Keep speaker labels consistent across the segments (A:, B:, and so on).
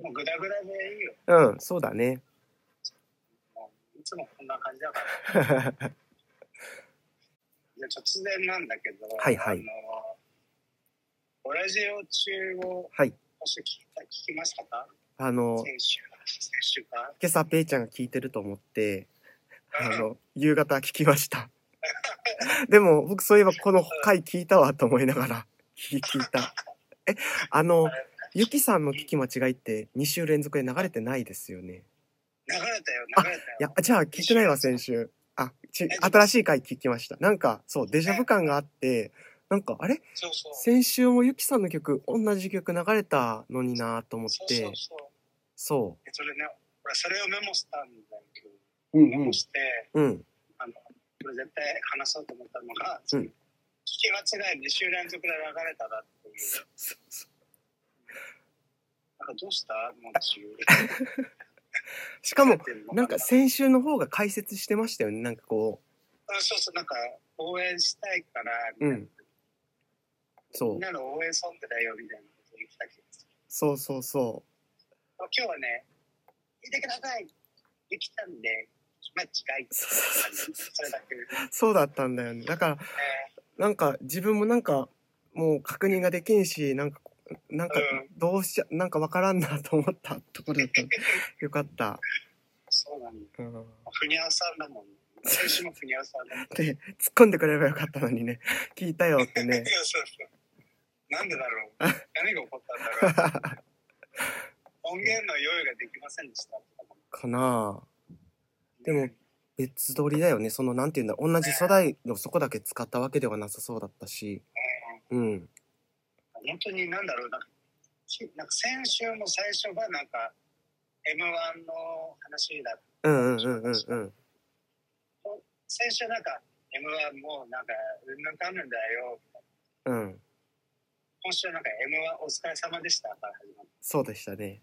A: もうグダグダでいいよ。
B: うん、そうだね。
A: もういつもこんな感じだから。 じゃあ突然なんだけど、
B: はいはい
A: あのオラジオ中を
B: はい。
A: もし聞いた聞きましたか
B: あの、
A: 選手選手か
B: 今朝ペイちゃんが聞いてると思って、あの、夕方聞きました。 でも、僕そういえばこの回聞いたわと思いながら、聞聞いた。え、あの、ゆきさんの聞き間違いって2週連続で流れてないですよね。
A: 流れたよ、流れたよ。
B: いや、じゃあ聞いてないわ、先週。あ、ち、新しい回聞きました。なんか、そう、デジャブ感があって、なんか、あれ
A: そうそう。
B: 先週もゆきさんの曲、同じ曲流れたのになと思っ
A: そうそ
B: て
A: う、そう。
B: そ
A: えそれね、俺それをメモしたんだけど、
B: う。うん
A: メモして、
B: うん。
A: あの、これ絶対話そうと思ったのが、
B: うん
A: 聞き間違い2週連続で流れたなっていう。
B: そうそうそう。
A: なんかどうしたもう中。
B: しかも、
A: 出ての
B: なんか先週の方が解説してましたよね。なんかこ
A: あそうそう、なんか応援したいから、
B: う、うん。そ
A: み。
B: うん
A: なの応援ソングだよみたいなこと言ってたけど、
B: そうそうそ
A: 今日はね、聞いてくださいできたんで、間違い。
B: う。そうそうそう。
A: それだけ。え
B: そうだったんだよね。だから、
A: ー
B: なんか自分もなんか、もう確認ができんし、なんか、なんか
A: うん
B: どうしちゃ、なんかわからんなと思ったところだ った。よかった。
A: そうなんだ。
B: うん。
A: ふにゃさんだもん、ね。最初もふにゃさんだもん。
B: で、突っ込んでくれればよかったのにね、聞いたよって
A: い。
B: ね
A: や、そうそう。なんでだろう。何が起こったんだろう。音源の用意ができませんでした。
B: かなあでも、別撮りだよね。その、なんていうんだ、同じ素材のそこだけ使ったわけではなさそうだったし。うん。
A: 本当になんだろうなんかきなんか先週も最初がなんか M1 の話だ
B: うんうんうんうんうん。
A: 先週なんか M1 もうなんかうんなんかあるんだよ
B: うん。
A: 今週なんか M1 お疲れ様でしたから始まる
B: そうでしたね。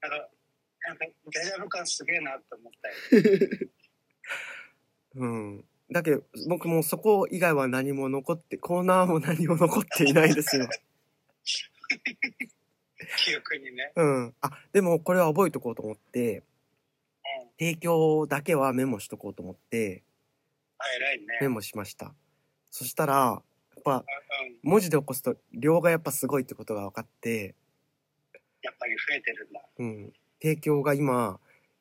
A: なんかなんかデジャブ感すげえなと思ったよ
B: うん。だけど、僕もうそこ以外は何も残って、コーナーも何も残っていないですよ。
A: 記憶にね
B: うん。あ、でもこれは覚えとこうと思って、
A: うん
B: 提供だけはメモしとこうと思って、
A: あ偉いね
B: メモしました。そしたら、やっぱ
A: うんうん
B: 文字で起こすと量がやっぱすごいってことが分かって、
A: やっぱり増えてるんだ
B: うん。提供が今、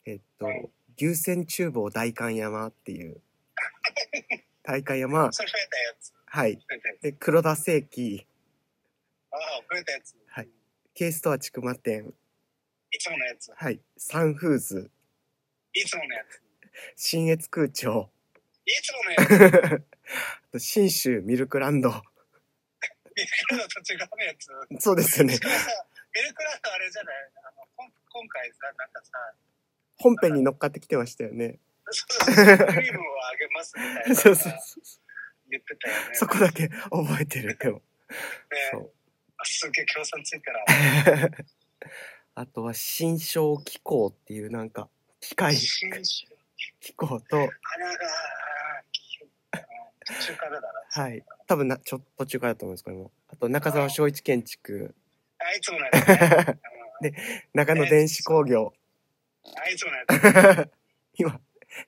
B: えっと
A: うん、
B: 牛仙厨房大観山って いう、大観山、
A: それ増えたやつ
B: はい。
A: 増えたやつ
B: で、黒田正規、
A: ああ増えたやつ、
B: はい、ケーストアちくま店、
A: いつものやつ
B: はい、サンフーズ、
A: いつものやつ
B: 新越空調、
A: いつものや つ
B: あと新州ミルクランド。
A: 見てるのと違うやつ
B: そうですよね
A: し。かもさ、ミルクランドあれじゃないあのこん今回さ、なんかさ、
B: 本編に乗っかってきてましたよね。
A: そう そうクリームをあげますみたいな
B: そうそう
A: さ言ってたよね。
B: そこだけ覚えてる。でも。
A: ね
B: そう。
A: あすげえ協賛ついたら、
B: あとは、新章機構っていうなんか、機械、
A: 新種、
B: 機構と、
A: 花が、途中からだな。
B: はい。多分な、ちょっと途中からだと思うんですけども。あと、中澤昭一建築、
A: あいつものやつね。
B: 中野電子工業。
A: うんあいつものやつ。
B: 今、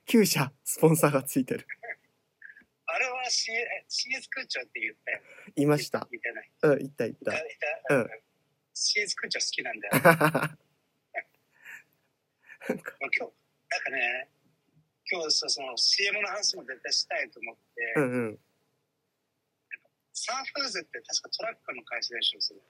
B: 9社、スポンサーがついてる。
A: あれは C- CS 空調って言ったよ。
B: いました。
A: 言ってない。
B: うん、いたい
A: いた、いた。
B: うん
A: CS 空調好きなんだよ。
B: た。なんか、
A: まあ今日、なんかね、今日さ、その CM の話も絶対したいと思って、
B: うんうん。
A: サンフーズって確かトラックの会社でしょ、それ。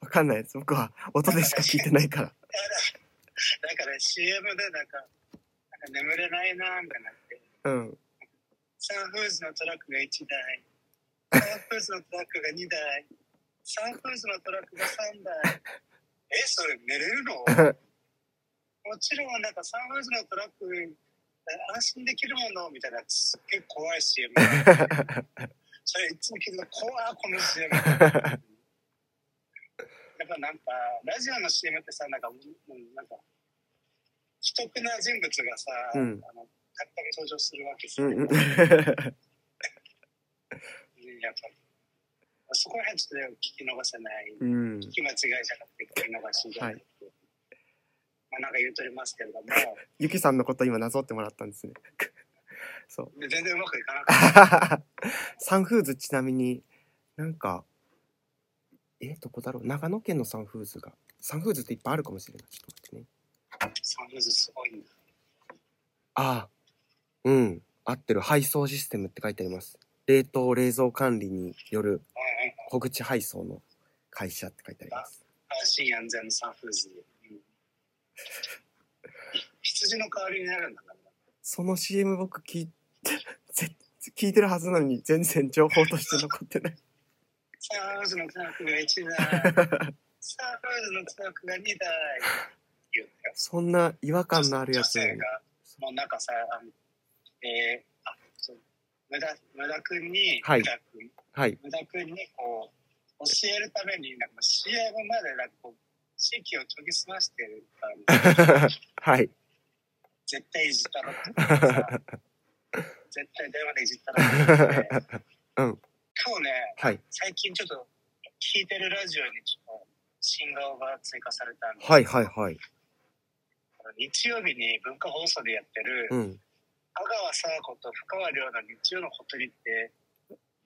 B: わかんないです。僕は音でしか聞いてないから。
A: だから CM でなんか、なんか眠れないなーみたいになって、
B: うん。
A: サンフーズのトラックが1台、サンフーズのトラックが2台、サンフーズのトラックが3台。え、それ寝れるのもちろんなんかサンフーズのトラック、安心できるものみたいな、すっげえ怖い CM。それいつも聞いてた、怖い、この CM。やっぱなんか、ラジオの CM ってさ、なんか、もうなんか、既得な人物がさ、
B: うん
A: あの、たくさん登場するわけです
B: う
A: よ、
B: んうん
A: やっぱり。そこら辺ちょっと聞き逃せない。
B: うん
A: 聞き間違いじゃなくて、聞き逃しじゃなくて。まあ、なんか言うとりますけれども、
B: ゆきさんのこと今なぞってもらったんですねそう
A: 全然うまくいかなかっ
B: サンフーズちなみになんかえどこだろう長野県のサンフーズがサンフーズっていっぱいあるかもしれないちょっと待ってね
A: た。サンフーズすごいんだ。
B: ああうん合ってる配送システムって書いてあります冷凍冷蔵管理による
A: うんうん
B: 小口配送の会社って書いてあります
A: 安心安全のサンフーズ。うん羊の代わりになるんだから。
B: その CM 僕聞いぜ聞いてるはずなのに全然情報として残ってない
A: サーフーズのトラックが1台、サーフーズのトラックが2台。言うんだよ
B: そんな違和感のあるやつ
A: 女性が、もうなんかさ、あのえー、あ、そう、無駄、無駄くんに、
B: はい
A: 無駄くん
B: はい
A: 無駄くんにこう、教えるために、なんか CM までなんかこう、地域を研ぎ澄ましてるから、
B: はい
A: 絶対いじったろ って言ってさ絶対電話でいじったろって言って、
B: うん
A: 今日ね、
B: はい
A: 最近ちょっと聞いてるラジオにちょっと新顔が追加されたんで、
B: はいはいはい
A: 日曜日に文化放送でやってる、
B: うん
A: 阿川佐和子と深川亮の日曜のほとりって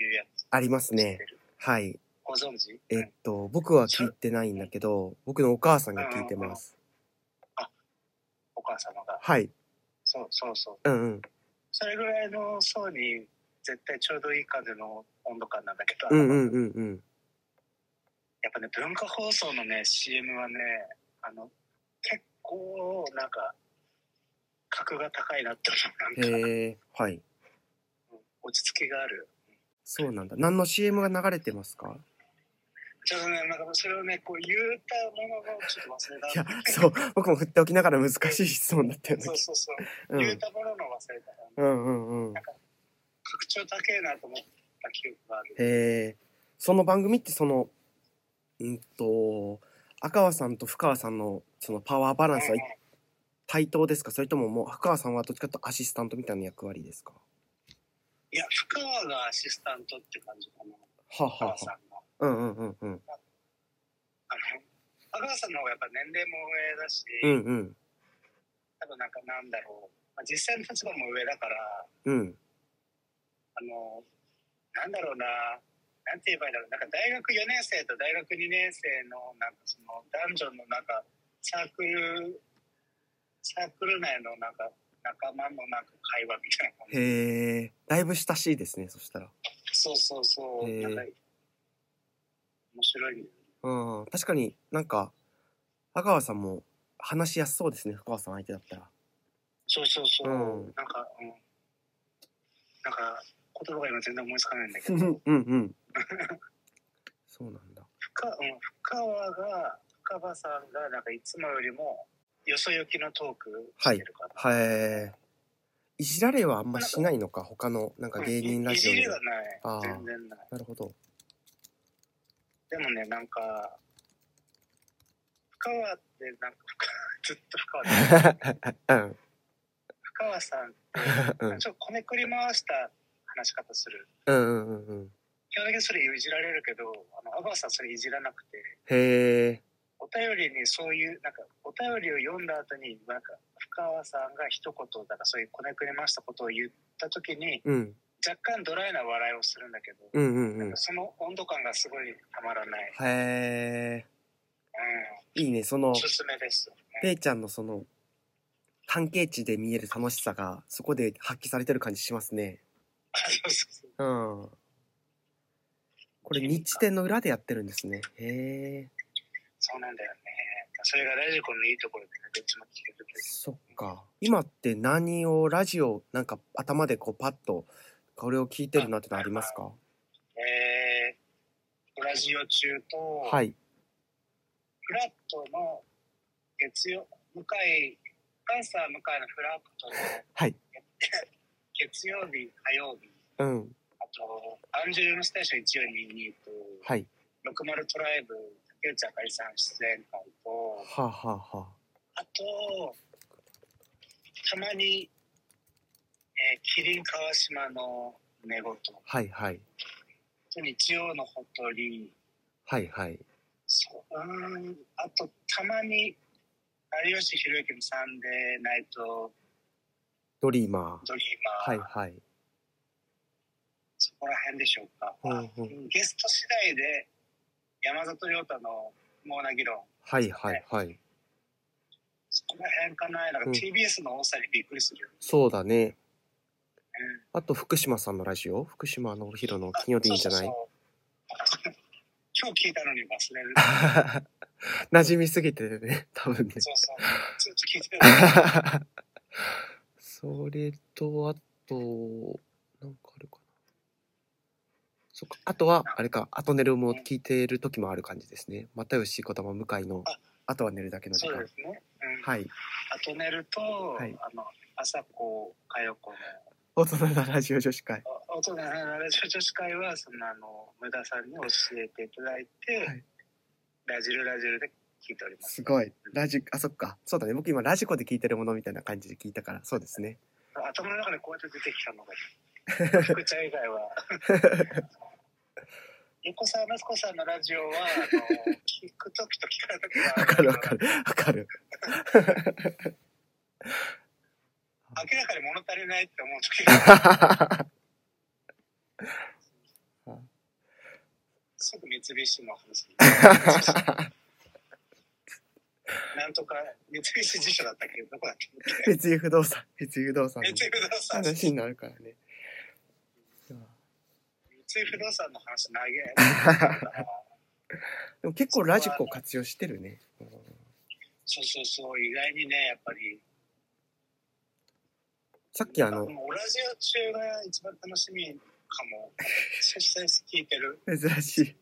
A: いうやつ
B: あります
A: 知っ
B: ね
A: てる
B: はい
A: ご存知
B: えっと僕は聞いてないんだけど僕のお母さんが聞いてます
A: お母様が
B: はい
A: そうそうそう
B: うんうん
A: それぐらいの層に絶対ちょうどいい風の温度感なんだけど、
B: うんうんうんうん
A: やっぱね文化放送のね CM はねあの結構なんか格が高いなって思うなんか
B: へえはい
A: 落ち着きがある
B: そうなんだ何の CM が流れてますか
A: ちょっとね、なんかそれをね、こう言うたものの、ちょっと忘れた。
B: いやそう 僕も振っておきながら難しい質問だったよね
A: そうそうそう。
B: う
A: 言うんたものの忘れた。
B: うんうんうん
A: 拡張高えなと思った記憶がある。
B: えー、その番組ってそのうんと赤川さんと深川さんのそのパワーバランスは
A: うんうん
B: 対等ですかそれとももう深川さんはどっちかというとアシスタントみたいな役割ですか
A: いや、深川がアシスタントって感じかな。
B: はあ、
A: 阿
B: は
A: 川さんの。
B: あ、うんうんうんうん
A: あの、阿川さんの方がやっぱ年齢も上だし、
B: うんうん
A: 多分なんかなんだろう。まあ、実際の立場も上だから、
B: うん
A: あの、なんだろうな。なんて言えばいいんだろう。なんか大学4年生と大学2年生の、なんかその、男女のなんか、サークル、サークル内のなんか、仲間のなんか会話みたいな感じ。
B: へえだいぶ親しいですねそしたら
A: そうそうそう。
B: へー
A: なんか、面白いね。
B: うん確かになんか赤川さんも話しやすそうですね深川さん相手だったら
A: そうそうそう。
B: うん
A: なんか、うん。なんか、言葉が今全然思いつかないんだけ
B: う
A: ど、
B: ん
A: 深
B: うんそうなんだ
A: うん、深川が、深川さんが、なんかいつもよりも、よそよきのトークしてるから。
B: へえいじられはあんましないのか他のなんか芸人ラジオ
A: いじ
B: で
A: りは
B: は
A: ない
B: あー
A: 全然ない
B: なるほど
A: でもねなんか深川ってなんか深川ずっと深川だ
B: うん
A: 深川さん
B: うん
A: ちょっとこねくり回した話し方する
B: うんうんうんうん
A: 基本的にそれいじられるけどあの阿川さんそれいじらなくて
B: へえ
A: お便りにそういうなんかお便りを読んだ後になんか深川さんが一言だからそういうこねくり回したことを言った時に
B: うん
A: 若干ドライな笑いをするんだけど、
B: うんうんうんへ
A: その温度感がすごいたまらない、
B: えいいねそ
A: うん、
B: の
A: おすすめです
B: ペイちゃんのその関係値で見える楽しさがそこで発揮されてる感じしますね
A: あそうそうそう
B: うんこれ日展の裏でやってるんですねへえ
A: そうなんだよね。それがラジコンのいいところで、ね、どっちも聞けるという
B: そっか今って何をラジオなんか頭でこうパッとこれを聞いてるなってのありますか
A: えー、ラジオ中と、、
B: はいい
A: フラットの月曜、向井、パンサー向井のフラットの
B: はい
A: 月曜日、火曜日、
B: うん
A: あと、アンジュルムステーション1422と、
B: はい
A: 60トライブ、竹内あかりさん出演会と、
B: はあ、はあは
A: あと、たまに、えー、キリン川島の寝言。
B: あ、はいはい
A: 日曜のほとり、
B: はいはい。
A: そううーん、あとたまに有吉弘行のサンデーナイト
B: ドリーマ
A: ドリ
B: ー。
A: ーマ
B: は
A: ー、
B: いはい。
A: そこら辺でしょうか、
B: うんうん
A: ゲスト次第で山里亮太の「モーナ議論
B: はいはいはい。」
A: そこら辺かななん
B: う
A: か
B: ん
A: TBS の多さにびっくりするよね、
B: そうだね。
A: うん
B: あと、福島さんのラジオ福島のひろの金曜日いいじゃな
A: そ
B: い
A: うそうそう今日聞いたのに忘 れる
B: 馴染みすぎてね、多分ね。
A: そうそうずっと聞いてる
B: それと、あと、なんかあるかな。そっか。あとは、あれか、あと寝るも聞いてる時もある感じですね。又吉子玉向井の
A: あ、
B: あとは寝るだけの時
A: そうで
B: 間。
A: すね、うん
B: はい。
A: あと寝ると、
B: い
A: あの朝子佳代子の
B: 大人なラジオ女子会。
A: あ大人のラジオ女子会はそのあの無駄さんに教えていただいて、
B: はい
A: ラジルラジルで聞いております
B: すごい。ラジ、あ、そっか。そうだね。僕今ラジコで聞いてるものみたいな感じで聞いたから、そうですね。
A: 頭の中でこうやって出てきたの が福ちゃん以外は 横澤夏子さんのラジオはあの 聞く時と聞かない時が
B: わかるわかる。わ かる。
A: 明らかに物足りないって思う時 がすぐ三菱の話に なんとか三菱辞書だったっけどどこだっけ
B: 三井不動産、三井不動産
A: 三井
B: の
A: 不動産三
B: 話になるからね。
A: 井不動産の話投げ
B: でも結構ラジコ活用してるね。うん
A: そうそうそう意外にねやっぱり
B: さっきあ
A: で
B: の、
A: もラジオ中が一番楽しみかも久々に聞いて る
B: 珍しい。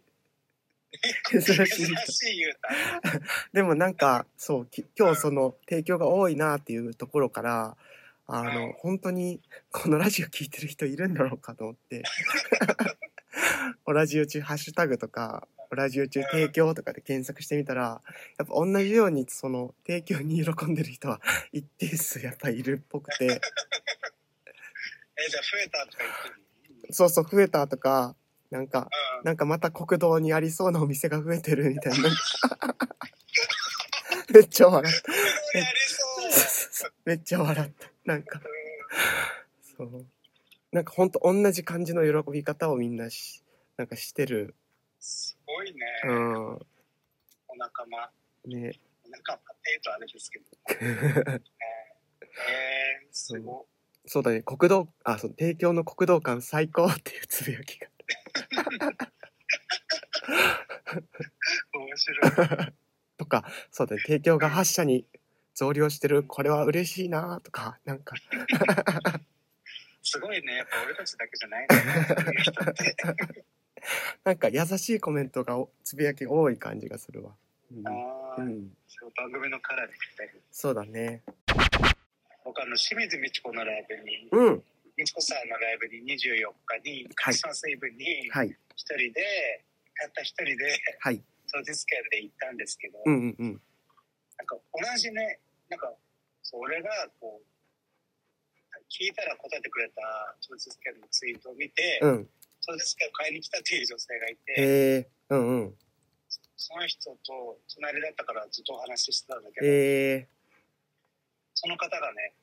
B: 珍しい
A: 珍しい言うた
B: でもなんか、そう、き今日その提供が多いなっていうところから、あの、本当にこのラジオ聞いてる人いるんだろうかと思って。おラジオ中ハッシュタグとか、おラジオ中提供とかで検索してみたら、やっぱ同じようにその提供に喜んでる人は一定数やっぱいるっぽくて、
A: えじゃあ増えたとか言ってる
B: そうそう増えたとか、なんか
A: うん
B: なんかまた国道にありそうなお店が増えてるみたいな。めっちゃ笑った。
A: やりそう
B: めっちゃ笑った。なんか、そう。なんかほんと同じ感じの喜び方をみんなし、なんかしてる。
A: すごいね、
B: うん。
A: お仲間
B: ね。
A: お仲間っていうとあれですけどえー、すご
B: そうだね。国道、あ、そう、提供の国道館最高っていうつぶやきが。
A: い面白い
B: とか、そうだね。提供が8社に増量してる。これは嬉しいなとか、なんか、
A: すごいねやっぱ俺たちだけじゃないんだねそういう人って
B: なんか優しいコメントがお、つぶやきが多い感じがするわ。 うん
A: あ
B: う
A: ー
B: ん。
A: そう番組のカラーでぴったり
B: そうだね。
A: 僕あの清水美智子のライブに
B: うん。
A: 美智子さんのライブに24日にクリスマスイブに一
B: はい。
A: 人でたった一人で
B: はい。
A: 当日券で行ったんですけど、
B: うんうんうん。
A: なんか同じね、なんか、そう俺がこう、聞いたら答えてくれた当日券のツイートを見て、
B: うん。
A: 当日券を買いに来たっていう女性がいて、
B: へえ。うんうん。
A: その人と隣だったからずっとお話ししてたんだけど、
B: ええ。
A: その方がね、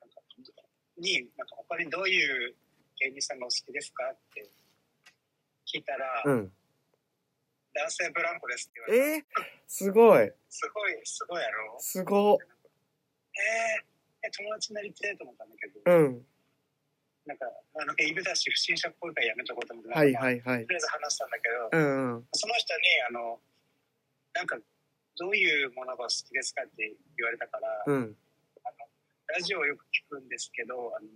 A: なんか、に、なんか他にどういう芸人さんがお好きですかって聞いたら、
B: うん。
A: 男性ブランコですって言われて、
B: ええ。すごい。
A: すごい、すごいやろ
B: すご。
A: えー、え友達になりてえと思ったんだけど、
B: うん。
A: なんか、あの、イブだし、不審者っぽいからやめとこうと思って、
B: はい
A: い。
B: はいはい
A: と。りあえず話したんだけど、
B: うんうん。
A: その人に、あの、なんか、どういうものが好きですかって言われたから、
B: うん。
A: ラジオをよく聞くんですけど、あの、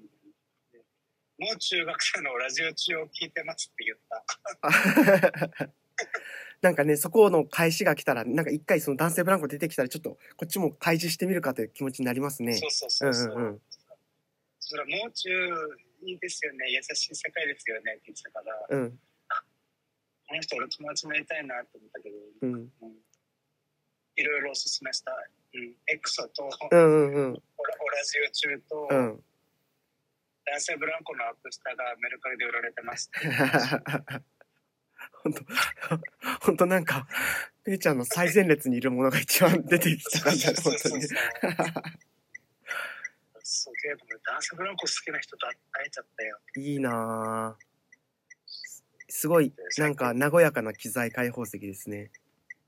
A: もう中学生のラジオ中を聞いてますって言った。
B: あなんかね、そこの返しが来たら、なんか一回その男性ブランコ出てきたら、ちょっとこっちも開示してみるかという気持ちになりますね
A: そ。うそう
B: う
A: そ
B: ん
A: うそう。
B: うんうん。
A: それはもう中いいですよね、優しい世界ですよねって言ってたから、こ
B: うん
A: の人俺友達になりたいなって思ったけど、
B: うん。
A: うんいろいろおすすめした、うん、エクソと、
B: うんうんう
A: オ
B: ん。
A: ラオラジオ中と、
B: うん。
A: 男性ブランコのアップスタがメルカリで売られてます。
B: 本当本当なんか、ペイちゃんの最前列にいるものが一番出てきた感じだね、
A: そう
B: 本
A: そ
B: 当
A: うそう
B: に。
A: すげえ、俺ダンスブランコ好きな人と会えちゃったよ。
B: いいなぁ。すごい、なんか、和やかな機材開放席ですね。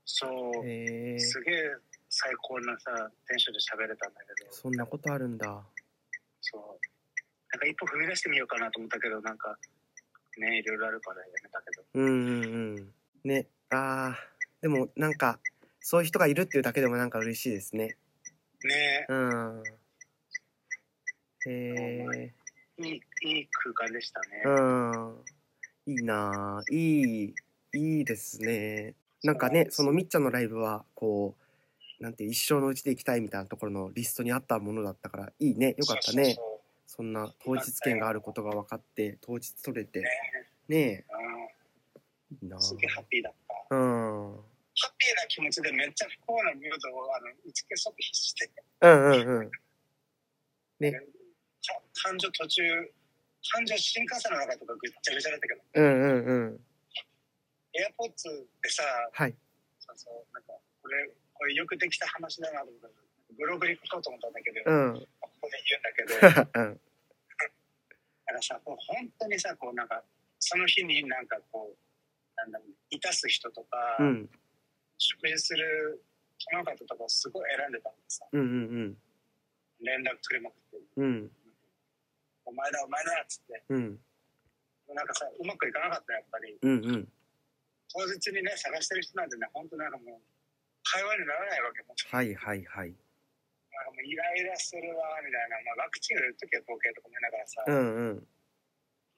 A: そう、
B: へえ
A: すげえ最高なさ、テンションで喋れたんだけど、
B: そんなことあるんだ。
A: そう。なんか一歩踏み出してみようかなと思ったけど、なんか、ね、いろいろあるからやめたけど。
B: うんうんうん。ね、あー、でもなんか、そういう人がいるっていうだけでもなんか嬉しいですね。
A: ね
B: うん。へえ
A: いい、いい空間でしたね。
B: うん。いいなぁ。いい、いいですね。なんかね、そのみっちゃんのライブは、こう、なんて一生のうちで行きたいみたいなところのリストにあったものだったから、いいね。よかったね。
A: そうそう
B: そんな当日券があることが分かって当日取れてね
A: そううん
B: えいいな
A: すげえハッピーだった。ハ
B: うんうん
A: ッピーな気持ちでめっちゃ不幸なムードをあの打ち消そうとして、
B: うんうんね
A: か感情途中、感情新幹線の中とかぐっちゃぐちゃだったけど、
B: うんうんうん
A: エアポッツでさ、
B: はい
A: そうそうなんかこれ、これよくできた話だなと思って、ブログに書こうと思ったんだけど、
B: うん
A: ここで言うんだけど、
B: うん
A: だからさ、こう本当にさ、こうなんか、その日になんかこう、なんだろう、いたす人とか、
B: うん
A: 食事するその方とかをすごい選んでたんでさ、
B: うんうん
A: 連絡取れなくて、
B: うん
A: お前だ、お前だっつって、
B: うん
A: なんかさ、うまくいかなかったらやっぱり、
B: うんうん
A: 当日にね、探してる人なんてね、本当なんかもう、会話にならないわけもう
B: はいはいはい
A: なんかもうイライラするわ、みたいな、まあ、ワクチン打るときはボケとか思いながらさ、
B: うんうん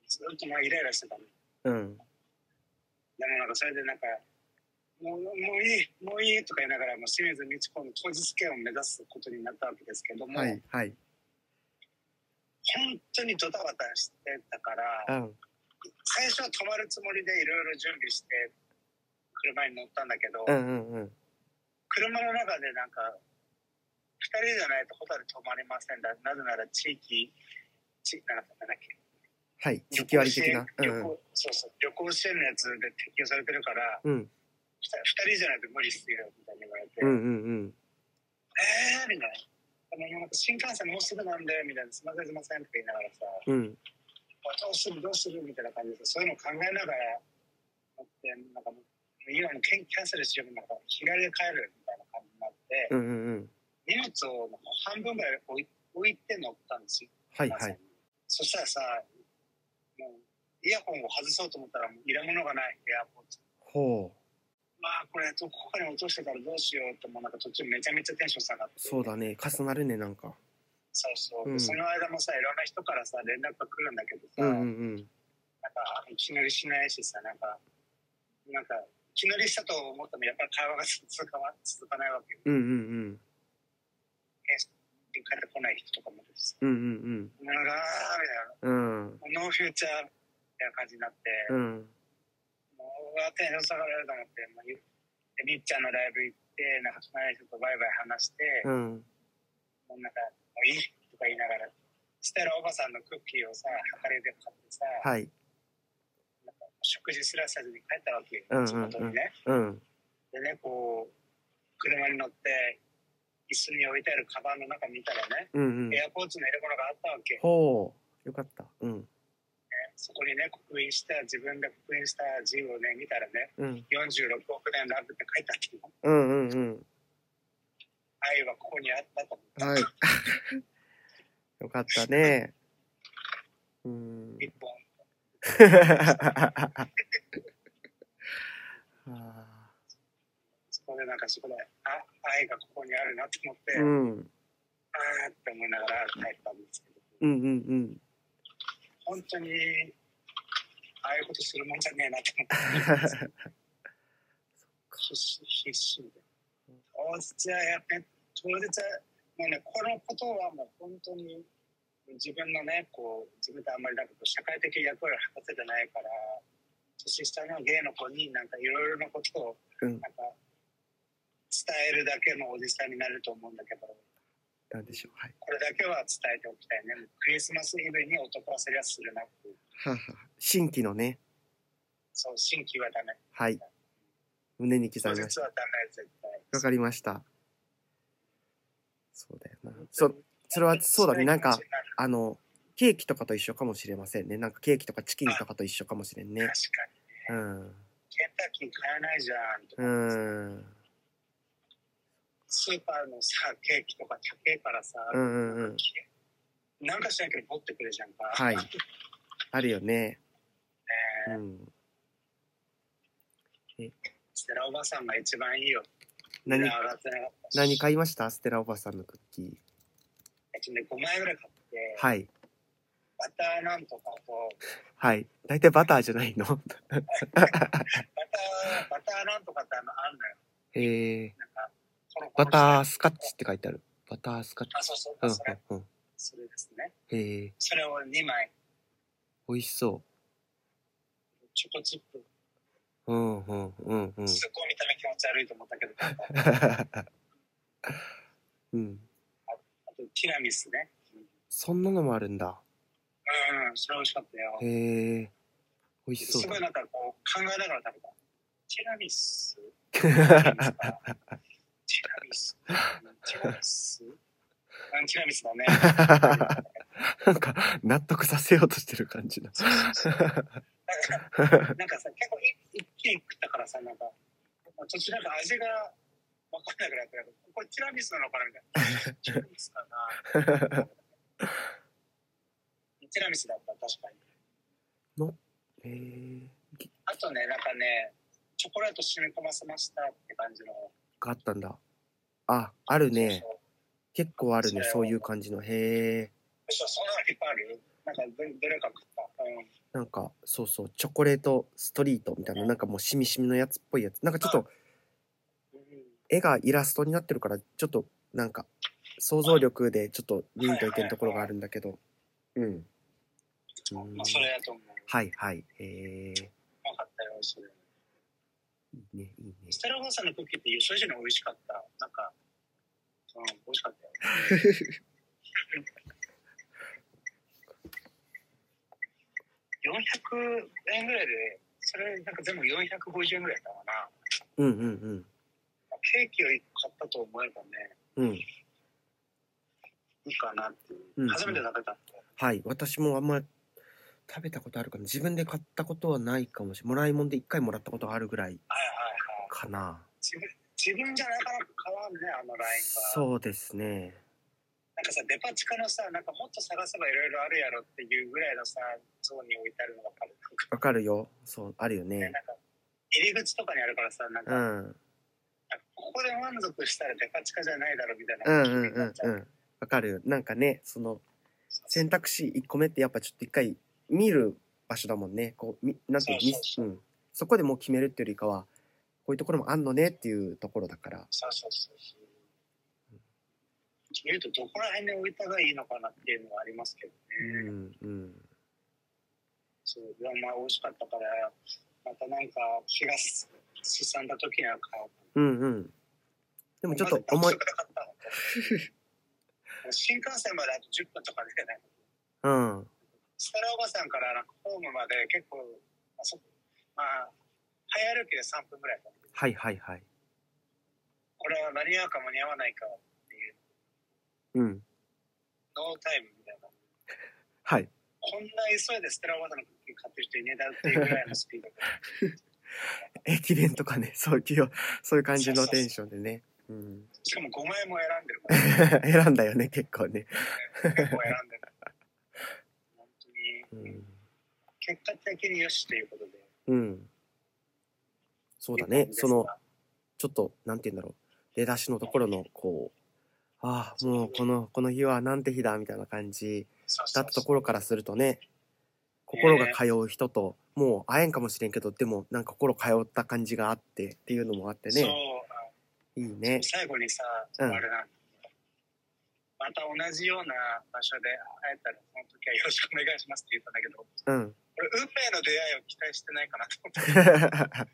A: ずっとまあイライラしてたの。で
B: うん
A: もなんかそれでなんか、もうもういい、もういいとか言いながら、もう清水ミチコの当日券を目指すことになったわけですけども、
B: はいはい
A: 本当にドタバタしてたから、
B: うん
A: 最初は泊まるつもりでいろいろ準備して、車に乗ったんだけど、
B: うんうんうん
A: 車の中でなんか、二人じゃないとホタル泊まりませんだ。なぜなら地域、地なんかなんだっけ
B: はい地
A: 旅行
B: 域割
A: 支
B: 的
A: 援
B: なう
A: 旅
B: んうん
A: 行そうそう旅行支援のやつで適用されてるから、
B: うん
A: ふた二人じゃないと無理っすよ、みたいに言われて、
B: う
A: え
B: んうんうん
A: ーみたいな。でもなんか新幹線もうすぐなんで、みたいな、すいません、すいませんとか言いながらさ、
B: うん
A: どうする、どうするみたいな感じで、そういうの考えながら、乗って、なんかもう、今もうキャンキャンセルしよう、なんか日帰りで帰るみたいな感じになって、
B: うんうんうん
A: 荷物を半分ぐらい置い置いて乗ったんですよ。
B: はい
A: ま
B: は
A: さに
B: い
A: そしたらさ、もうイヤホンを外そうと思ったら、もういらんものがない、エアポーツ。
B: ほう
A: まあ、これ、どこかに落としてたらどうしようって、もうなんか途中めちゃめちゃテンション下がって。
B: そうだね重なるねなんか
A: そうそう。
B: うん
A: でその間もさ、いろんな人からさ、連絡が来るんだけどさ、
B: う
A: なん
B: んう
A: か、
B: ん
A: いきなりしないしさ、なんか、なんか、いきなりしたと思っても、やっぱり会話が続かわ続かないわけよ。
B: うんうんうん
A: 帰ってこない人とかもいるしさ。
B: うんうん
A: なんか、あーみたいな。
B: うんうんうん
A: ノーフューチャーみたいな感じになって、
B: うん
A: もう、うわ、テンション下がると思って、まあ、ゆでみっちゃんのライブ行って、なんか、隣の人とバイバイ話して、
B: うん
A: もうなんか、もういいとか言いながら、したらおばさんのクッキーをさ、量りで買ってさ、
B: はい
A: なんか食事すらせずに帰ったわけよ、
B: うんうんうん
A: 地元にね。
B: うん
A: でね、こう、車に乗って、椅子に置いてあるカバンの中見たらね、
B: うんうん
A: エアポーツの入れ物があったわけ。
B: ほうよかったうん
A: そこにね、刻印した、自分で刻印した字をね、見たらね、
B: うん
A: 46億年ラブって書いてあったの。
B: うんうん
A: 愛はここにあったと思っ
B: うん
A: た。
B: はいよかったねうん
A: 一本。
B: ああ
A: そこでなんかそこで、あ、愛がここにあるなと思って、
B: う
A: あ
B: ん
A: ーって思いながら帰ったんですけど、
B: うんうんうん
A: 本当に、ああいうことするもんじゃねえなと思って、必死、必死で。当日はやって、当日は、もうね、このことはもう本当に、自分のね、こう、自分とあんまりなんかこう社会的役割を果たせてないから、年下の芸の子になんかいろいろなことを、
B: うん
A: なんか、伝えるだけのおじさんになると思うんだけど、
B: なんでしょうはい
A: これだけは伝えておきたいね。クリスマスイブに男はせりゃするなっていう。
B: はあはあ新規のね
A: そう、新規はダメ。
B: はい。胸に刻
A: 当
B: み
A: 日
B: ました。
A: はダメ、絶対。
B: わかりました。そうだよな。そう、それはそうだね。なんか
A: 確、
B: あの、ケーキとかと一緒かもしれませんね。なんかケーキとかチキンとかと一緒かもしれんね
A: か。に。
B: うん。
A: ケンタッキー買えないじゃんとか、
B: うん。
A: スーパーのさ、ケーキとか高えからさ、
B: うんうんうん。
A: なんかしなきゃ持ってくれじゃんか。
B: はい
A: ね
B: あるよね。
A: え
B: うん。
A: ステラおばさんが一番いいよ。
B: 何
A: 値、段上がってなかったし
B: 何買いましたステラおばさんのクッキー。
A: えっとね、5枚ぐらい買って、
B: はい。
A: バターなんとかと、
B: はい。大体バターじゃないの
A: バター、バターなんとかってあの、あんのよ。
B: えー、
A: なんか、コロコ
B: バ
A: ロして
B: タースカッチって書いてある。バタースカッチ。
A: あ、そうそう、
B: うん
A: それ、
B: うんうん。
A: それですね。
B: えー、
A: それを2枚、
B: 美味しそ
A: チョコチップ、
B: う。うんうんうんうん。
A: すっごい見た目気持ち悪いと思ったけど、あ
B: うん。
A: とティラミスね。
B: そんなのもあるんだ。
A: うん、うん、それ美味しかったよ
B: へ。え。美味しそ
A: す
B: う
A: ご
B: だ
A: い。なんかこう、考えながら食べた。ティラミ スティラミスかティラミス。ティラミス。うんティラミスだね。
B: なんか納得させようとしてる感じだ。
A: なんかさ、結構い一気に食ったからさ、なんか、途中なんか味が分かんなくなって、なんかこれティラミスなのかなみたいな。ティラミスかな。ティラミスだった、確かに。
B: へえ。
A: あとね、なんかね、チョコレート染み込ませましたって感じの。
B: があったんだ。あ、あるね。
A: そうそう
B: 結構あるね。そういう感じの。へえ。
A: 嘘そんなのいっぱいあるなんかど、どれか食った。うん。
B: なんかそうそうチョコレートストリートみたいななんかもうしみしみのやつっぽいやつなんかちょっと絵がイラストになってるからちょっとなんか想像力でちょっと見んといけんところがあるんだけどうんうん
A: まあ、それだと思う。
B: はいはいへえ
A: 分かったよ、それ。
B: いいねいいね
A: ステラゴンさんのクッキーって予想以上に美味しかった。なんか、うん、美味しかったよ。400円ぐらいで、それなんか全部450円ぐらいだったかな。
B: うんうん
A: ケーキを1個買ったと思えばね、
B: うんうん
A: いいかなっていう。
B: うん
A: 初めて食べたんで。
B: はい私もあんま食べたことあるかな自分で買ったことはないかもしれないもらいもんで一回もらったことがあるぐらい
A: はいはいはい。
B: かな
A: 自分自分じゃなかなか変わんね、あのラインが。
B: そうですね
A: なんかさ、デパ地下のさ、なんかもっと探せばいろいろあるやろっていうぐらいのさ、ゾーンに置いてあるのが分かる。
B: わかるよそうあるよね
A: なんか、入り口とかにあるからさ、なんか、
B: う
A: なんか
B: ん
A: ここで満足したらデパ地下じゃないだろみたいな。
B: うんうんうんう
A: うん。
B: ん。わかるよ。なんかね、その選
A: 選
B: 択肢1個目ってやっぱちょっと一回見る場所だもんね。こう、みなんていう
A: そうそう
B: のみ
A: そう
B: うん。そこでもう決めるっていうよりかは、こういうところもあんのねっていうところだから。
A: そうそうそうそう。言うと、どこら辺に置いたがいいのかなっていうのはありますけど
B: う
A: ね。
B: んうん。
A: そう、でもまあ、美味しかったから、またなんか、気がすさんだ時には買おう。
B: うんうん。で
A: で
B: もちょっと思い、。
A: 新幹線まであと10分とかでね。
B: うん。
A: スタラおばさんからなんかホームまで結構、あそまあ、早歩きで3分ぐらいだった
B: はいはいはい。
A: これは間に合うか間に合わないかっていう、
B: うん。
A: ノータイムみたいな。
B: はい。
A: こんな急いでステラおばさんのクッキー買ってる人いねえだろっていうぐらいのスピードで。
B: 駅弁とかね、 そういう、そういう感じのテンションでね。うん。
A: しかも5枚も選んでるから、
B: 選んだよね、結構ね。
A: 結構選んでる。本
B: う
A: 当に
B: ん、。
A: 結果的によしということで。
B: うん。そうだね。その、ちょっと、なんて言うんだろう。出だしのところの、こう、ああ、もうこの、この日はなんて日だ、みたいな感じ
A: そうそ
B: だ
A: うそう、
B: ったところからするとね、心が通う人と、もう会えんかもしれんけど、でも、なんか心通った感じがあってっていうのもあって
A: そう
B: ね、いいね。
A: 最後にさ、
B: うん
A: あれなんだまた同じような場所で会えたら、その時はよろしくお願いしますって言ったんだけど、
B: うん。
A: 俺、運命の出会いを期待してないかなと思 って、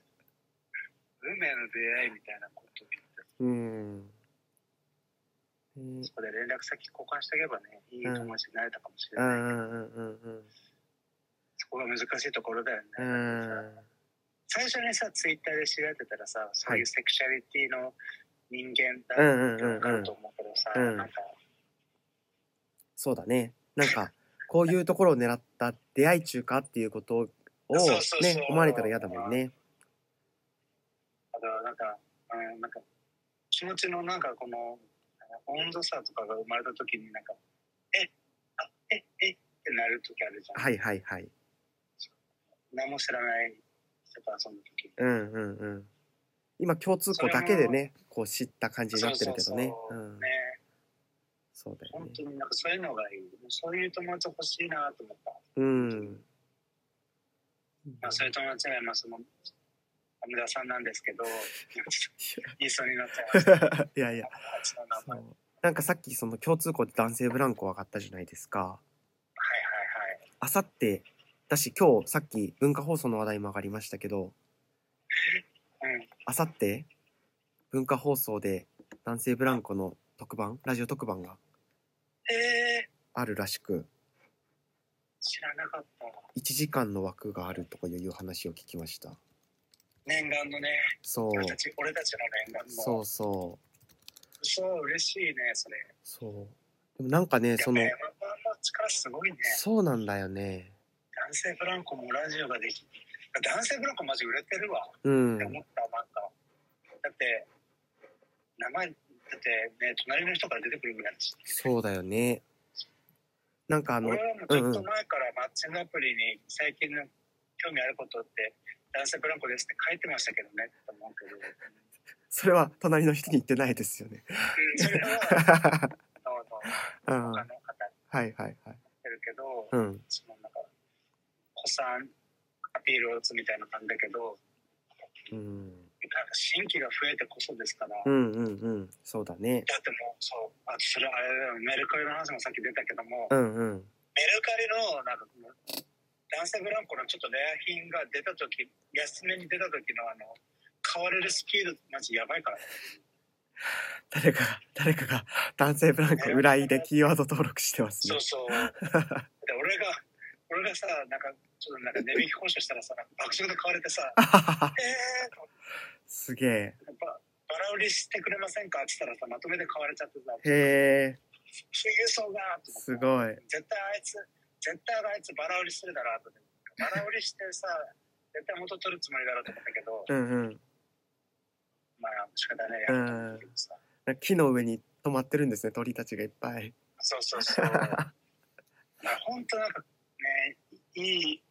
A: 運命の出会いみたいなことを言って、
B: うん。うん
A: そこで連絡先交換しておけばね、いい友達になれたかもしれ
B: う
A: ない。
B: んうんうんうん
A: そこが難しいところだよね。
B: うん。
A: 最初にさ、ツイッターで調べてたらさ、そういうセクシャリティの人間だ
B: うんうん
A: っ
B: う
A: てわ
B: ん
A: か
B: う
A: る
B: ん
A: と。思うけどさ、
B: うん
A: なんか、
B: そうだね。なんか、こういうところを狙った出会い中かっていうことを
A: そうそうそう
B: ね、思われたら嫌だもんね。
A: あのなんか、うん、なんか、気持ちのなんかこの、温度差とかが生まれた時になんか、え、あ、え、えってなる時あるじゃん。
B: はいはいはい。
A: 何も知らない人と遊んだ時。
B: うんうんうん。今共通項だけでね、こう知った感じになってるけど
A: そううそう
B: ね。
A: そうんね。
B: そうだよ
A: 本
B: ね。
A: 当になんかそういうのがいい。もうそういう友達欲しいなと思った。
B: うん。
A: まあ、そういう友達が今その、阿弥陀さんなんですけど、言いそうになっちゃいました。
B: いやいや。
A: あいつの名
B: そ
A: 前。
B: うなんかさっきその共通項で男性ブランコ上がったじゃないですか。
A: はいはいはい。
B: あさってだし今日さっき文化放送の話題も上がりましたけど
A: うん
B: あさって文化放送で男性ブランコの特番ラジオ特番が
A: えー、
B: あるらしく
A: 知らなかった。
B: 1時間の枠があるとかいう話を聞きました
A: 念願のね、
B: そう
A: 俺たち、俺たちの念願の。
B: そうそう
A: そう、嬉しいね、それ。
B: そうでもなんかねその
A: やっぱ山本の力すごいね。
B: そうなんだよね
A: 男性ブランコもラジオができ男性ブランコマジ売れてるわっ
B: う
A: て
B: ん
A: 思った、なんか。だって、名前、だってね、隣の人から出てくるぐらいだし。
B: そうだよねなんかあの
A: 俺はもうちょっと前からマッチングアプリに最近の興味あることって男性ブランコですって書いてましたけどねって思う けど、うん、
B: それは隣の人に言ってないです よね
A: それはどうぞ
B: う
A: 他
B: んは
A: の方や
B: いはいはい
A: ってるけど、
B: うん
A: そのなんか子さんアピールを打つみたいな感じだけど
B: うん
A: なんか新規が増えてこそですから、
B: う
A: だ
B: んうんうんそうだね
A: ってもうそうあそれあれだよメルカリの話もさっき出たけども、
B: うんうん
A: メルカリのなんかこの男性ブランコのちょっとレア品が出た時安めに出た時のあの買われるスピードマジやばいからね
B: 誰かが誰かが男性ブランコ裏井でキーワード登録してます
A: そ
B: ね
A: うそうで俺が俺がさなんかちょっとなんか値引き交渉したらさなんか爆笑で買われて さ「
B: あははは
A: えー
B: すげえ
A: ババラ売りしてくれませんか?」って言ったらさまとめて買われちゃってさ
B: へえ
A: 「富裕層が」と
B: す
A: い
B: ごい
A: 絶対あいつ絶対あいつバラ売りするだろうとバラ売りしてさ絶対元取るつもりだろうと思ったけど
B: うんうん
A: まあ仕方ないやんと思ってさ
B: なんか木の上に止まってるんですね鳥たちがいっ ぱい
A: そうそう そう。まあ、本当なんかね、いい、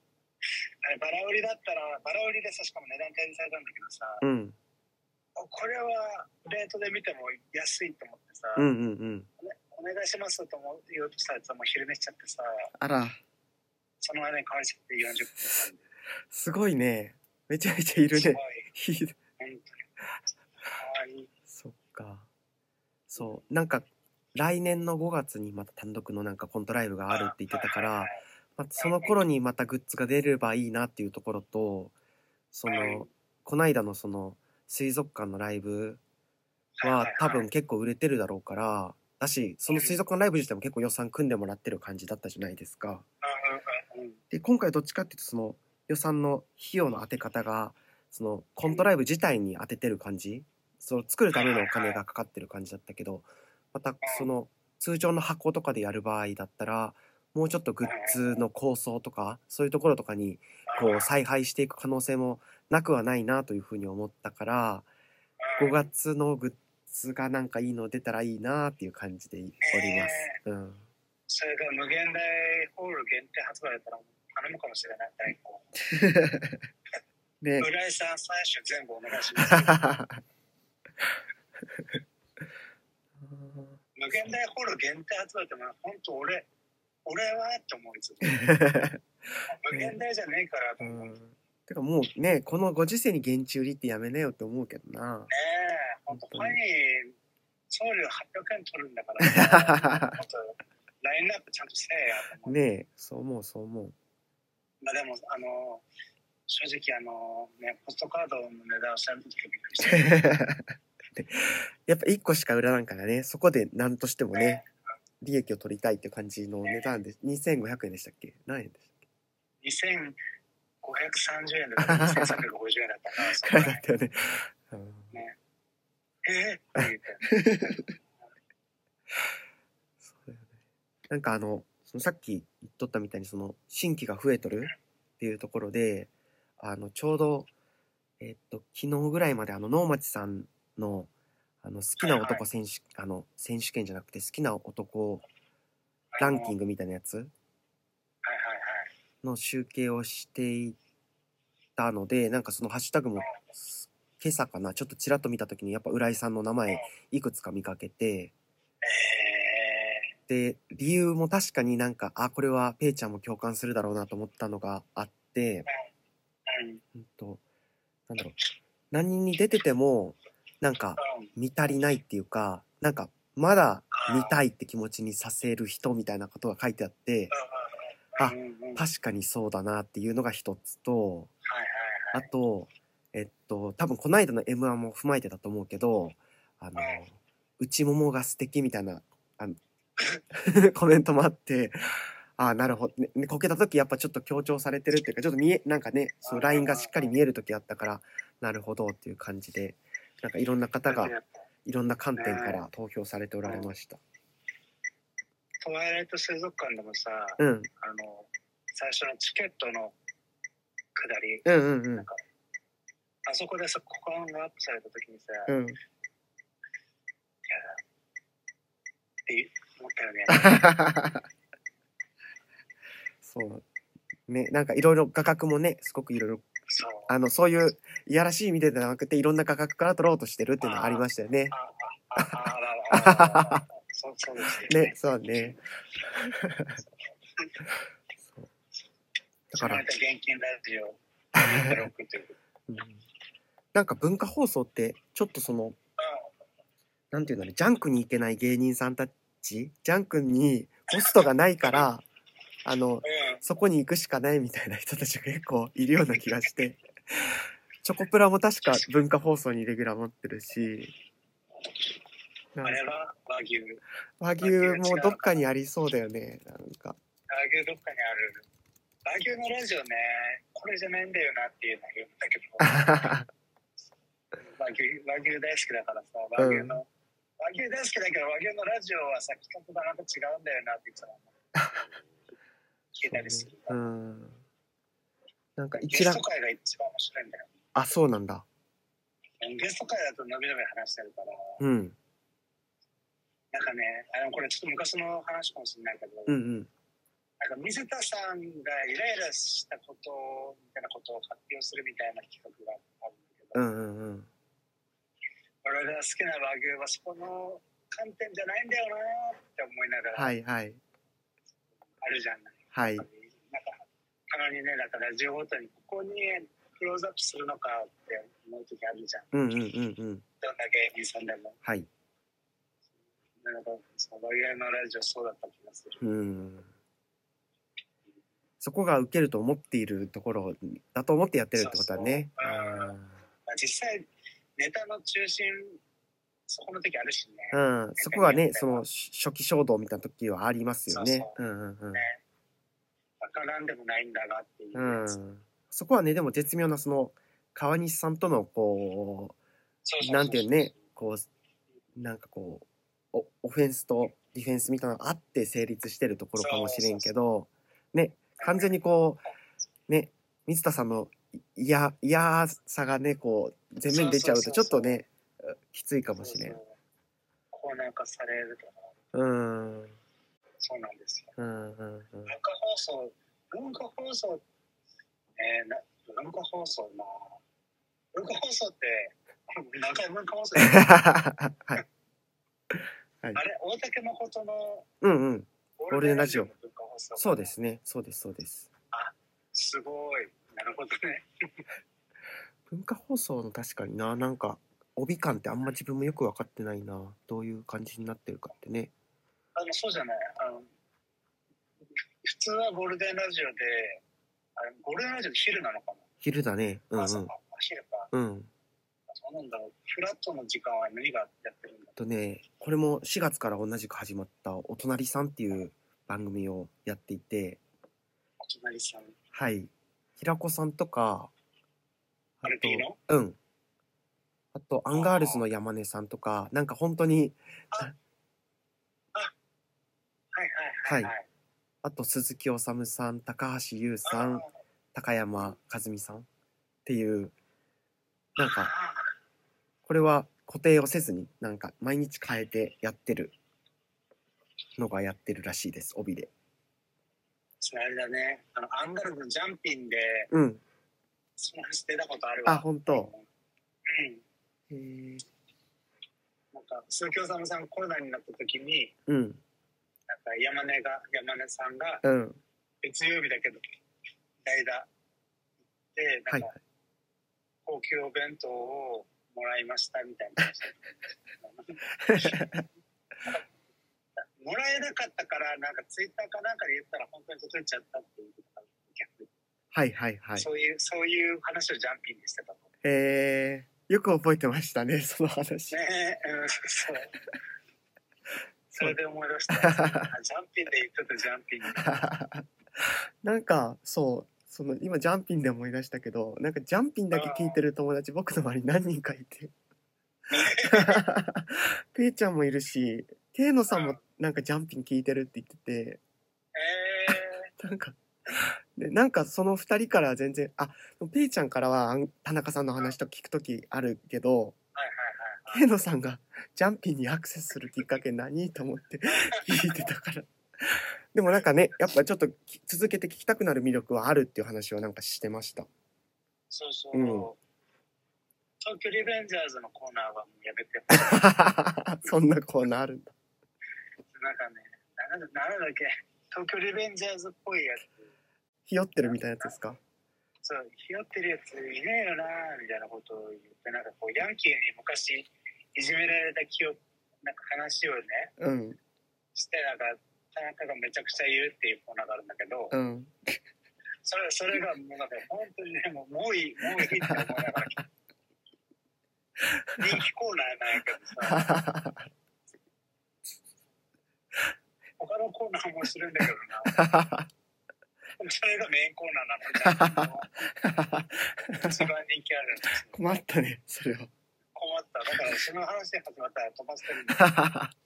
A: あれ、バラ売りだったら、バラ売りでさ、しかも値段展示されたんだけどさ、
B: うん
A: おこれはレートで見ても安いと思ってさ、
B: うんうんうん
A: お願いしますと思う言おうとしたらさ、もう昼寝しちゃってさ、
B: あら
A: その間に買われちゃって40分
B: すごいねめちゃめちゃいる
A: すごい
B: ね、いい
A: 本当に。可愛い
B: そっかそうなんか来年の5月にまた単独のなんかコントライブがあるって言ってたか
A: はいはい
B: ら
A: はい
B: まあ、その頃にまたグッズが出ればいいなっていうところとそ
A: はい
B: のこないだのその水族館のライブ
A: はいはい
B: は
A: はい
B: 多分結構売れてるだろうからだしその水族館ライブ自体も結構予算組んでもらってる感じだったじゃないですか。
A: うんうんうん
B: で今回どっちかっていうとその予算の費用の当て方がそのコントライブ自体に当ててる感じその作るためのお金がかかってる感じだったけどまたその通常の箱とかでやる場合だったらもうちょっとグッズの構想とかそういうところとかにこう采配していく可能性もなくはないなというふうに思ったから5月のグッズがなんかいいの出たらいいなっていう感じでおります。うん
A: それが無限大ホール限定発売だったら頼むかもしれない、大根。
B: ね
A: 浦井さん、最初全部お願いし ます。無限大ホール限定集めても本当俺俺はって思ういつも無限大じゃねえからと
B: う
A: 思うね
B: んてかもうねこのご時世に現地売りってやめなよって思うけどな
A: え本当
B: 本
A: パ
B: 当
A: イ
B: に
A: ン送料800円取るんだ から、ね、ラインナップちゃんとせえやと思う、
B: ねえそう思うそう思う
A: まあでもあの正直あのねポストカードの値段を調べた時びっくり した
B: でやっぱ1個しか売らないからねそこで何としてもね利益を取りたいっていう感じの値段で2500円でしたっけ何円でしたっ
A: 2000 530円だったから1350円だったから、そ
B: くら
A: う
B: いだったよ ね。うん
A: えーって言って
B: そうだよねなんかあの、そのさっき言っとったみたいに、その、新規が増えとるっていうところで、あの、ちょうど、えっと、昨日ぐらいまであの、能町さんの、あの、好きな
A: はいは
B: 男選手、あの、選手権じゃなくて、好きな男ランキングみたいなやつ
A: はいはいはい。
B: の集計をしていたので、なんかそのハッシュタグも、今朝かな、ちょっとちらっと見たときに、やっぱ浦井さんの名前、いくつか見かけて、
A: え
B: で理由も確かになんかあこれはペイちゃんも共感するだろうなと思ったのがあって、
A: ー、うん、うん、
B: うん、となんだろう何に出ててもなんか見足りないっていうかなんかまだ見たいって気持ちにさせる人みたいなことが書いてあってあ
A: うん、うん、はいはい
B: 確かにそうだなっていうのが一つと
A: は
B: あとえっと多分この間の m 1も踏まえてたと思うけどあの
A: はい
B: 内ももが素敵みたいなあの コメントもあってああなるほど、ねね、こけた時やっぱちょっと強調されてるっていうかちょっと見えなんかねそのラインがしっかり見える時あったからなるほどっていう感じでなんかいろんな方
A: い。
B: が
A: だって
B: いろんな観点から投票されておられました。
A: トワイライト水族館でもさ、あ
B: うん、
A: の、最初のチケットの下り、
B: うんうんうん
A: あそこでさ、股間がアップされた時にさ、
B: う
A: いや
B: ん
A: って思ったよ ね。
B: そうねなんかいろいろ画角もねすごくいろいろ
A: そう。
B: あのそういういやらしい意味でじゃなくていろんな画角から撮ろうとしてるっていうのはありましたよね。
A: ああああららあら。そうそうですよ
B: ねそうね。そうだから
A: また現金ラジ オ、6ということ
B: うんなんか文化放送ってちょっとそのなんていうんだろうジャンクに行けない芸人さんたちジャンクにホストがないからあの
A: う
B: そこに行くしかないみたいな人たちが結構いるような気がして チョコプラも確か文化放送にレギュラー持ってるしなん
A: ん。あれは和牛。和
B: 和牛もどっかにありそうだよねなん か
A: 牛どっかにある。和牛のラジオね、これじゃないんだよなっていうのを言ったけど。和牛和牛大好きだからさ和牛の、和牛大好きだけど和牛のラジオはさ企画がなんか違うんだよなって言ってたら 聞いたりする、
B: うんなんか
A: ゲ
B: 一
A: ス
B: 覧
A: ト会が一番面白いんだよ
B: あそうなんだ
A: ゲスト会だと伸び伸び話してるから
B: うん
A: なんかねあのこれちょっと昔の話かもしれないけど、
B: うんうん
A: なんか水田さんがイライラしたことみたいなことを発表するみたいな企画があるんだけ
B: う
A: ど、
B: んうんうん
A: 俺が好きな和牛はそこの観点じゃないんだよなって思いながら、
B: はいはい
A: あるじゃない
B: はい
A: なんかたまにねだからラジオごとにここにクローズアップするのかって思う時あるじゃん
B: うんうんうんうん
A: どんな芸人さんでも
B: はい
A: なんかその我々のラジオそうだった気がする
B: うんそこが受けると思っているところだと思ってやってるってことはね
A: そうそうまあ実際ネタの中心そこの時あるしね、
B: あーうんそこがねそのし初期衝動みたいな時はありますよねうんうんうん
A: わからんでもないんだなっていううやつ、
B: ん、そこはねでも絶妙なその川西さんとのこ
A: そうそう
B: う
A: そう
B: なんていうねこうなんかこうおオフェンスとディフェンスみたいなのがあって成立してるところかもしれんけどね完全にこうね水田さんのいや嫌さがねこう全面に出ちゃうとちょっとねきついかもしれん
A: そうそうコーナー化されるとか
B: うんうん
A: そうなんですよ
B: うん うん
A: 文化放送、文化放送、えー、な文化放送な。文化放送って、何回文化 放送あ
B: はい
A: れ、大竹誠の
B: うんうん
A: ゴ
B: ールデンラジオ
A: の文化放送
B: そうで。すねそうですそうです
A: すごい。なるほどね。
B: 文化放送の確かにななんか帯感ってあんま自分もよく分かってないなどういう感じになってるかってね
A: あの、そうじゃない。あの普通はゴールデンラジオで、あれゴールデンラジオで昼なのか
B: 昼だねう
A: な、
B: んう
A: 朝
B: ん
A: か昼か。
B: うん
A: そうなんだろう。フラットの時間は何がやってるんだ
B: とねこれも4月から同じく始まった「お隣さん」っていう番組をやっていて
A: お隣さん。
B: はい平子さんとか、あ
A: アルピーの
B: と、うん。あと、アンガールズの山根さんとか、なんか本当に、
A: はいはいはいはい。
B: あと鈴木おさむさん、高橋優さん、高山和美さんっていう、なん
A: あー
B: か、これは固定をせずに、なんか毎日変えてやってるのがやってるらしいです、帯で。
A: それあれだね。あの、アンガールズのジャンピンで、
B: うん。
A: その話出たことあるわ。
B: あ、本当。
A: うん。
B: へー
A: なんか、鈴木おさむさんがコロナになった時に、
B: うん。
A: なんか山根が、山根さんが、
B: うん。
A: 月曜日だけど、代打で、な
B: は
A: ん
B: い
A: か。、高級お弁当をもらいましたみたいな話もらえなかったからなんかツイッターかなんかで言ったら本当に届いちゃったっていうことが逆に
B: はいはいはい。
A: そういうそういう話をジャンピングしてたの
B: えー、よく覚えてましたね、その話。
A: ねえ、うん、そうそれで思い出したあジャンピンで言ってたジャンピング
B: なんかそうその今ジャンピンで思い出したけどなんかジャンピンだけ聞いてる友達僕の周りに何人かいてていちゃんもいるしていのさんもなんかジャンピン聞いてるって言って
A: え
B: てなんかでなんかその2人から全然あペイちゃんからはあん田中さんの話と聞く時あるけどていのさんがジャンピンにアクセスするきっかけ何と思って聞いてたからでもなんかねやっぱちょっとき続けて聞きたくなる魅力はあるっていう話をなんかしてました
A: そうそう、
B: うん
A: 東京リベンジャーズのコーナーはもうやめて
B: そんなコーナーあるんだ。
A: なんかね、なんだなんだっけ、東京リベンジャーズっぽいやつ、
B: ひよってるみたいなやつですか。
A: そう、ひよってるやついねえよな、みたいなことを言って、なんかこう、ヤンキーに昔いじめられた記憶、なんか話をね、
B: うん、
A: して、なんか、田中がめちゃくちゃ言うっていうコーナーがあるんだけど、
B: うん。
A: それそれがもうなんか本当にね、もうもういい、もういいって思いながら。人気コーナーなんやけどさ、他のコーナーも面白いんだけどな、でもそれがメインコーナーなのじゃん。一番人気あるんですよ
B: 困ったね、それ
A: 困っただからその話で始まったら飛ばしてるんだ
B: は。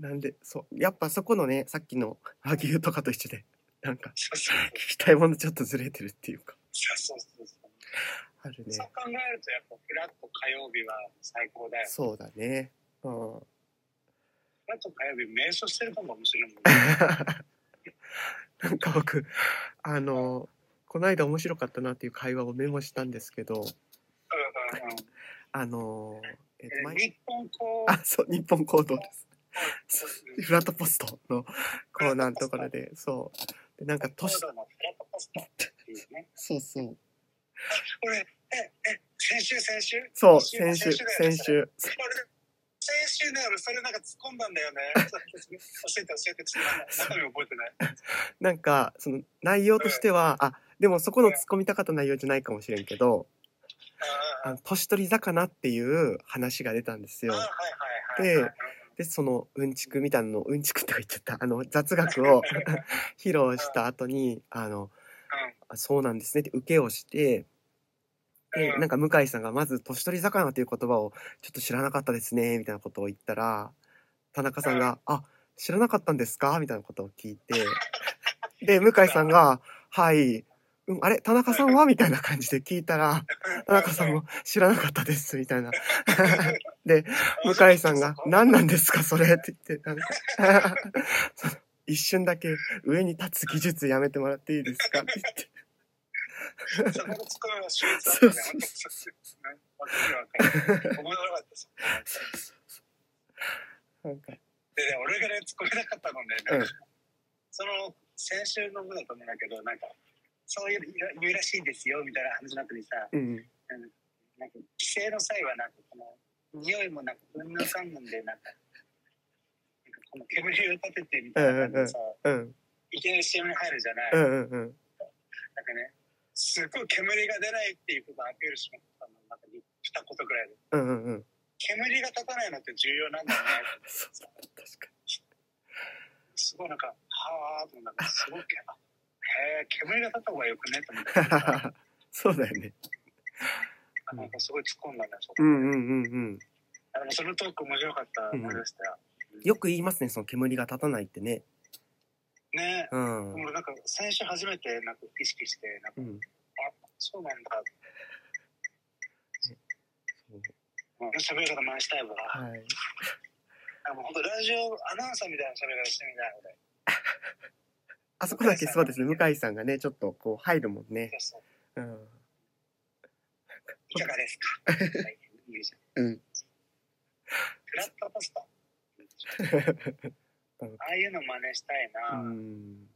B: なんで、そう、やっぱそこのね、さっきの和牛とかと一緒で、なんか
A: そうそう
B: 聞きたいものちょっとずれてるっていうか。
A: そうそうそう
B: ある
A: そう
B: ね。
A: 考えるとやっぱフラット火曜日は最高だよ
B: そうだね。うん。
A: フラット火曜日瞑想してるかも面白いもん
B: なんか僕あのこの間面白かったなっていう会話をメモしたんですけど
A: うんうんうん
B: あのえっと
A: え
B: 前
A: 日本こう
B: あそう日本行動です
A: そう
B: フラットポストのコーナーのところでそうでなんか
A: コー
B: 年
A: ドのフラットポストっていうね
B: そうそう
A: 俺ええ先週先週
B: そう先週
A: だよね
B: 先週
A: 俺先週ね俺それなんか突っ込んだんだよね教えて教えてちょっと中身覚えてない
B: なんかその内容としてはあでもそこの突っ込みたかった内容じゃないかもしれんけど
A: あ
B: あ
A: ー
B: の年取り魚っていう話が出たんです
A: あー
B: よ
A: はいはいはいはい
B: でそのうんちくみたいなのうんちくって言っちゃったあの雑学 を披露した後にあのあそうなんですねって受けをしてで
A: うん
B: なんか向井さんがまず「年取り魚」という言葉をちょっと知らなかったですねみたいなことを言ったら田中さんが「あ知らなかったんですか?」みたいなことを聞いてで向井さんが「はい、うん、あれ田中さんは?」みたいな感じで聞いたら田中さんも「知らなかったです」みたいなで向井さんが「何なんですかそれ」って言ってなんかその一瞬だけ上に立つ技術やめてもらっていいです かって言って。
A: そこのツッコミは秀逸だったね。本当にそうですね。わかるわかる。思いなかったです。
B: なんか
A: で、ね、俺がね、ツッコめなかったので、ね
B: うん
A: その先週の分だと思うんだけど、なんか、そういう言うらしいですよみたいな話の後にさ、
B: うん
A: なんか帰省の際は、なんかこの、匂いもなんか、うんぬんかんぬんで、なんか、なんかこの煙を立ててみたいな感じでさ、
B: うん
A: いきなり CM に入るじゃない。
B: う
A: なんんか
B: うん
A: ね、すっごい煙が出ないっていうことをアピールしまったの、なんか、二言ぐらいで。
B: うんうんうんうん
A: 煙が立たないのって重要なんだね。
B: そう確か
A: すごいなんか、はあとなんかすごいけど、えー、煙が立った方がよくねと思ってたから
B: そうだよね。
A: なんかすごい突っ込んだね、そこ。
B: うんうんうんうん。
A: あでもそのトーク面白かった思い出したよ。
B: よく言いますね、その煙が立たないってね。
A: ね
B: う
A: え、
B: ん。
A: 俺なんか先週初めてなんか意識して、なんか
B: うん。
A: そうなんだ。
B: そう
A: うん喋り方真似したいわ。
B: はい。
A: あもう本当ラジオアナウンサーみたいな喋り方してみたい俺。
B: あそこだけそうですね、向井さんがね、ちょっとこう入るもんね。
A: そうそう
B: うん。
A: いかがですかはい言うじゃん
B: うん
A: フラットパスタ。ああいうの真似したいうな。
B: ん。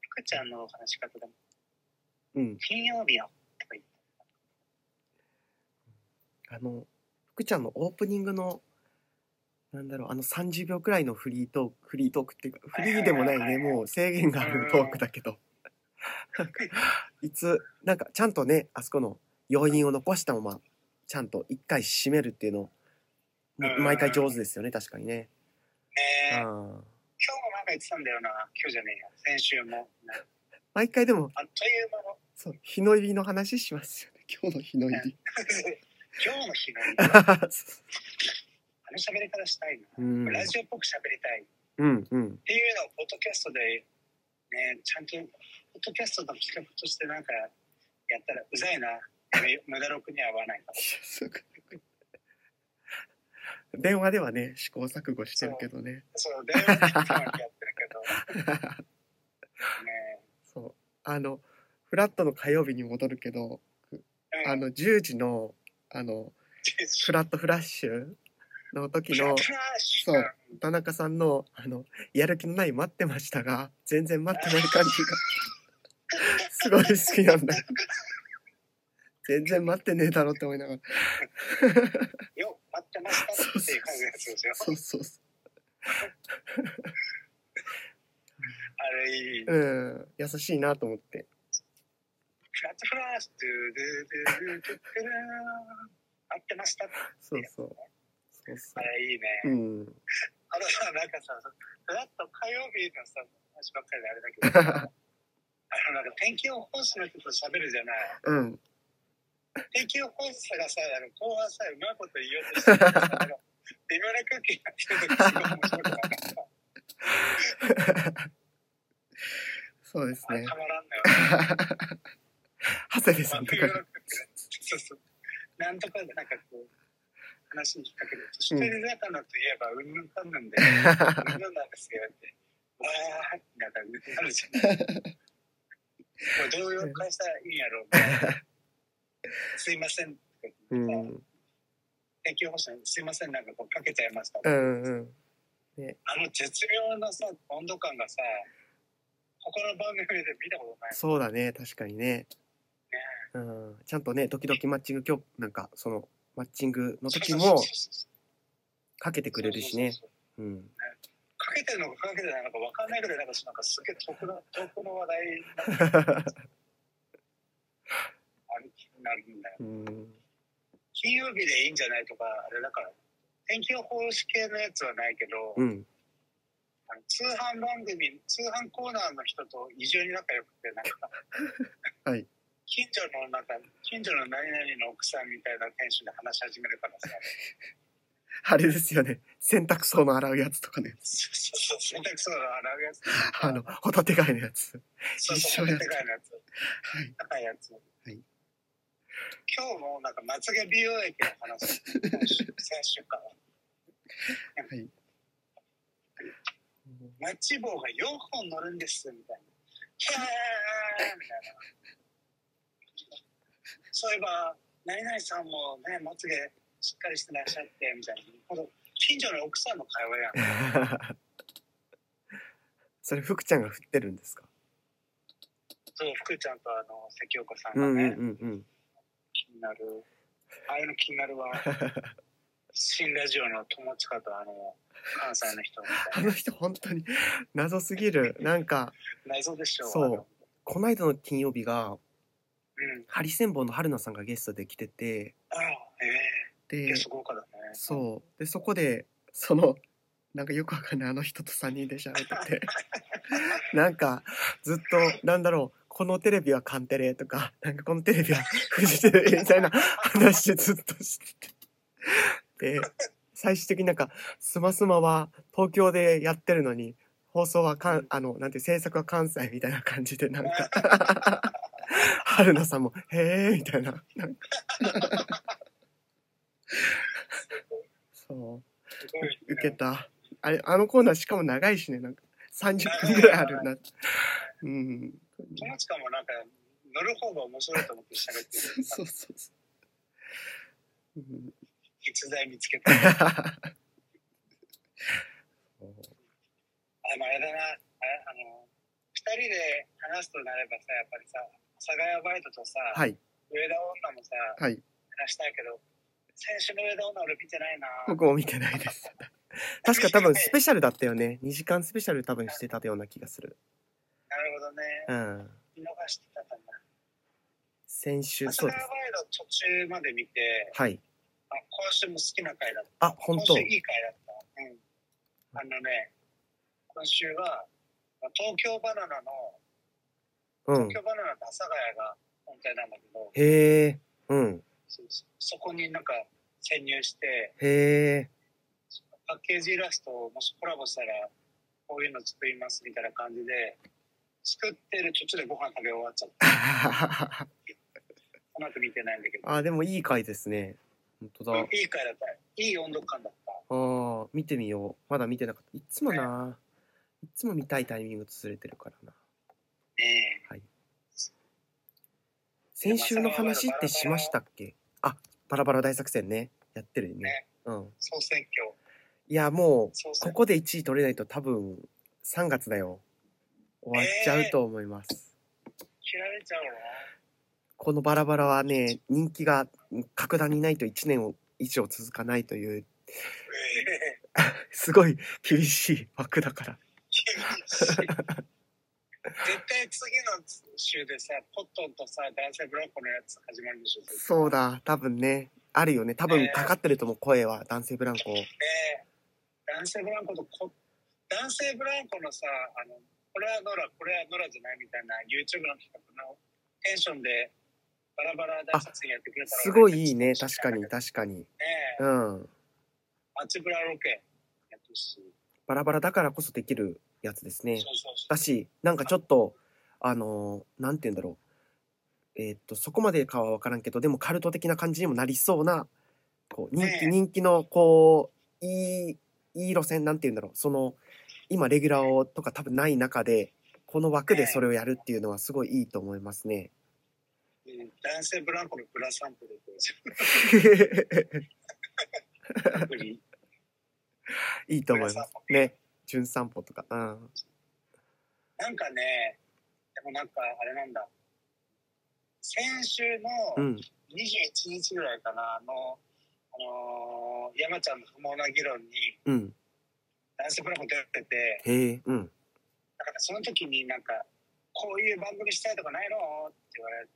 A: 福ちゃんの話し方でも、
B: うん。
A: 金曜日よとか言って。
B: あの、福ちゃんのオープニングの、なんだろう、あの30秒くらいのフリートーク、フリートークっていうか、フリーでもない
A: はいはい
B: ね、
A: はい
B: もう制限があるトークだけど。 いつ、なんかちゃんとね、あそこの要因を残したまま、ちゃんと一回締めるっていうの、もう毎回上手ですよね、確かにね。
A: ねえ、今日も
B: うん
A: なんか言ってたんだよな。今日じゃねえや。先週も。
B: 毎回でも、
A: あっという間の。
B: そう、日の入りの話しますよね。今日の日の入り。
A: 今日の 日 の入り。あの喋り方したいな。
B: うん。
A: ラジオっぽく喋りたい。っ
B: うん、うん。
A: ていうのを、ポッドキャストで、ね、ちゃんと、ポッドキャストの企画としてなんか、やったらうざいな。め無駄録には合わないから。
B: 電話ではね、試行錯誤してるけどね。
A: そう、電話でいつもやってるけど。ね
B: そう。あの、フラットの火曜日に戻るけど、
A: え。
B: あの、10時の、あの、フラットフラッシュの時の、
A: そ
B: そう田中さんの、あの、やる気のない待ってましたが、全然待ってない感じ が、すごい好きなんだ。全然待ってねえだろって思いながら。
A: よ、待ってましたっていう感じのやつですよ。
B: そうそうそ
A: あれいい。
B: う。うん。優しいなと思って。
A: フラットフラッシュ、ドゥドゥドゥドゥドゥドゥ待ってましたって。
B: そうそう。そうそ
A: あれいいね。
B: う。うん。
A: あのさ、なんかさ、フラット火曜日のさ、話ばっかりであれだけど、あのなんか天気予報士の人と喋るじゃない。
B: うん。
A: 天気予報士がさ、あの後半さ、うまいこと言おうとしてるからさ、あの微妙な空気になってる時すごい面白くなかった。
B: そうです
A: あ
B: ね
A: た。まらんのよ。
B: 長谷部
A: ま
B: さ
A: あ
B: んと
A: 冬の
B: か。
A: 空気ねそうそう。なんとかで、なんかこう、話に引っ掛ける。年取り魚といえば、うんぬんかんぬんで、うんぬんなんですよって、わーってなんかなるじゃない。これどういう会社いいんやろうねすいませんとか言って。
B: うん。う
A: 天気予報士にすいません、なんかこうかけちゃいました。
B: んうん。
A: あの絶妙なさ、温度感がさ、他の番組で見たことない。
B: そうだね。確かにね。うん。ちゃんとね、時々マッチング今日、なんか、その、マッチングの時もかけてくれるしね。うん。
A: かけてるのかかけてないのか分かんないぐらいなんかなんかすげえ遠くの遠くの話題になるあれ気になるんだよ
B: うん。
A: 金曜日でいいんじゃないとかあれだから天気予報士系のやつはないけど、
B: うん。
A: あの通販番組通販コーナーの人と異常に仲良くてなんか
B: はい
A: 近所のなんか近所の何々の奥さんみたいな店主で話し始めるから さ
B: あれですよね。洗濯槽の洗うやつとかね。
A: そうそう洗濯槽の洗うやつ
B: あの、ホタテ貝のやつ。
A: そう
B: 一
A: そ
B: 緒
A: う、
B: や
A: で
B: つ
A: かいのやつ。
B: はい。。
A: 高いやつ。はい今日もなんかまつげ美容液の話、先週先週から。
B: はい。
A: マッチ棒が4本乗るんです、みたいな。キャーみたいな。そういえば、何々さんもね、まつげしっかりしてらっしゃって、みたいな。この近所の奥さんの会話やん。
B: それ、福ちゃんが振ってるんですか
A: そう、福ちゃんとあの、関岡さん
B: う
A: が
B: んうん
A: ね、
B: うんうん。
A: 気になる。ああいうの気になるわ。新ラジオの友近とあの、関西の人みた
B: あ
A: いな。
B: の人本当に謎すぎる。なんか、
A: 内臓でしょ。
B: そう
A: あの
B: この間の金曜日が、
A: うん。
B: ハリセンボンの春菜さんがゲストで来てて、
A: ああ、ええ
B: で
A: ゲ、スト豪華だね。
B: そう。で、そこで、その、なんかよくわかんないあの人と3人で喋ってて、なんか、ずっと、なんだろう、このテレビはカンテレとか、なんかこのテレビはフジテレビみたいな話ずっとしてて。で、最終的になんか、スマスマは東京でやってるのに、放送はかん、あの、なんていう、制作は関西みたいな感じで、なんか、春菜さんも、へえみたいな。なんかそう。
A: すごいね
B: 受けた。あれ、あのコーナーしかも長いしね、なんか30分ぐらいあるな。うん。
A: 友近もなんか乗る方が面白いと思って喋って
B: そう
A: る
B: そうそうそう。うん
A: 逸材見つけたあでもあれだなあれあの二人で話すとなればさやっぱりさ阿佐ヶ谷バイトとさ、
B: はい、
A: 上田女もさ
B: はい。
A: 話したいけど先週の上田女俺見てないな
B: 僕も見てないです。確か多分スペシャルだったよね。2時間スペシャル多分してたような気がする。
A: なるほどね
B: うん。
A: 見逃してたかな
B: 先週、
A: 阿佐
B: そう
A: ヶ
B: で
A: 谷
B: す。
A: バイト途中まで見て
B: はい。
A: あ今週も好きな回だった
B: あ、本当
A: 今週いい回だった。うん。あのね、今週は、東京バナナの、
B: うん
A: 東。京バナナと阿佐ヶ谷が本体なんだけど、
B: へえ。うん。
A: そそそこになんか潜入して、
B: へえ。
A: パッケージイラストをもしコラボしたら、こういうの作りますみたいな感じで、作ってる途中でご飯食べ終わっちゃった。うまく見てないんだけど。
B: あ、でもいい回ですね。本当だ。
A: いい回だった。いい温度感だった。
B: ああ、見てみよう。まだ見てなかった。いつもな。いつも見たいタイミングとずれてるからな。
A: ね
B: 先週の話ってしましたっけあ、バラバラ大作戦ね。やってるよ
A: え、
B: ね。
A: ね
B: うん。
A: 総選挙。
B: いや、も
A: 総選
B: う、こ
A: 挙。
B: こで1位取れないと多分、3月だよ。終わっちゃうと思います。
A: 切られちゃうの
B: このバラバラはね、人気が格段にないと1年を以上続かないという、
A: ええ
B: すごい厳しい枠だから。
A: 厳しい絶対次の週でさコットンとさ男性ブランコのやつ始まるでしょ絶対
B: そうだ、多分ね。あるよね。多分
A: ね
B: かかってると思う、声は。男性ブランコ。
A: ね男性ブランコとこ男性ブランコのさあのこれはノラこれはノラじゃないみたいな YouTube の企画のテンションでバラバラ大作戦やってくれたら
B: すごいいいね。確かに、確かに。
A: ね
B: うん。
A: 街ブラロケやってほしい
B: バラバラだからこそできるやつですね
A: そう。そうそ
B: だ
A: う
B: し、なんかちょっと、あのーなんて言うんだろう。えーっと、そこまでかはわからんけど、でもカルト的な感じにもなりそうな、こう、人
A: ね
B: 気、
A: え
B: 人気の、こう、いい、いい路線、なんて言うんだろう。その、今、レギュラーをとか多分ない中で、この枠でそれをやるっていうのはすごいいいと思いま すね。
A: うん男性ブランコのブラサンプルってやつアプ リ
B: いいと思います。ね。純散歩とか。うん。
A: なんかね、でもなんかあれなんだ。先週
B: う
A: の
B: ん。
A: 21日ぐらいかな、の、あのー山ちゃんの不毛な議論に、
B: うん。
A: 男性ブランコ出てて、
B: へえ。うん。
A: だからその時になんか、こういう番組したいとかないのって言われて、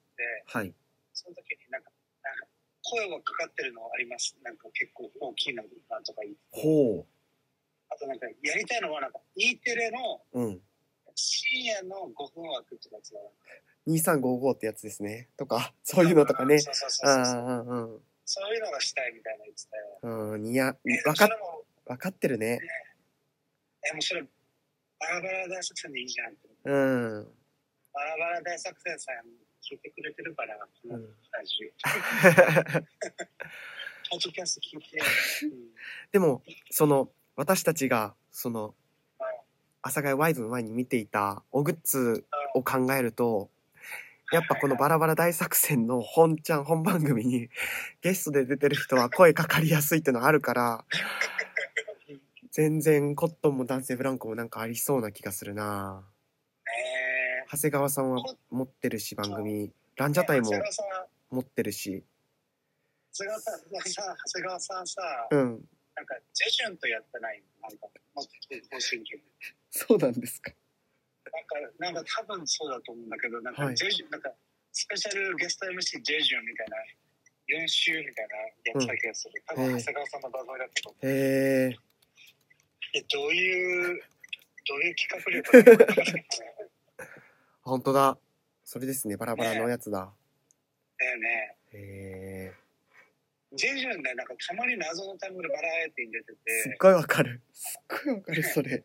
B: はい。
A: その時になんか、なんか声がかかってるのあります。なんか結構大きいのなとか言って。
B: ほ
A: あとなんか、やりたいのはなんか、E テレの
B: う。うん。
A: 深夜の5分枠ってやつだな
B: 2355ってやつですね。とか、そういうのとかね。
A: そうそうそうそうそう。
B: ああ、
A: そういうのがしたいみたいな言ってたよ。
B: うん、うん。いや、
A: え
B: わか
A: そ
B: っ
A: れ、も
B: わかってるね。
A: え、もうそれ、バラバラ大作戦でいいじゃんって。
B: うん。
A: バラバラ大作戦さん聞いてくれてるから、こ
B: う
A: の
B: ん、
A: ラジオ。ポッドキャスト聞いて。うん
B: でも、その、私たちが、その、阿佐ヶ谷ワイズの前に見ていた、おグッズを考えると、やっぱこのバラバラ大作戦の本ちゃん、本番組に、ゲストで出てる人は声かかりやすいってのあるから、全然コットンも男性ブランコもなんかありそうな気がするな
A: え
B: 長谷川さんは持ってるし、番組。ランジャタイも
A: 長谷川さん、
B: 持ってるし。
A: 長谷川さん、長谷川さんさ、
B: うん。
A: なんか、ジェジュンとやってないなんか、持ってきてほしいけど。
B: そうなんですか。
A: なんか、なんか多分そうだと思うんだけど、なん
B: は
A: か、
B: い
A: ジェジュン、なんか、スペシャルゲスト MC ジェジュンみたいな、練習みたいなやつだけがする。多分、長谷川さんの番組だけど。
B: へえ。
A: え、どういう、どうそういう企画力だと思いますね
B: 本当だ。それですね、バラバラのやつだ。
A: だよね。
B: へえ。
A: ジェジュンね、なんかたまに謎の単語でバラエティに出て、
B: すってごいわかる。すっごいわかる、それ。はい。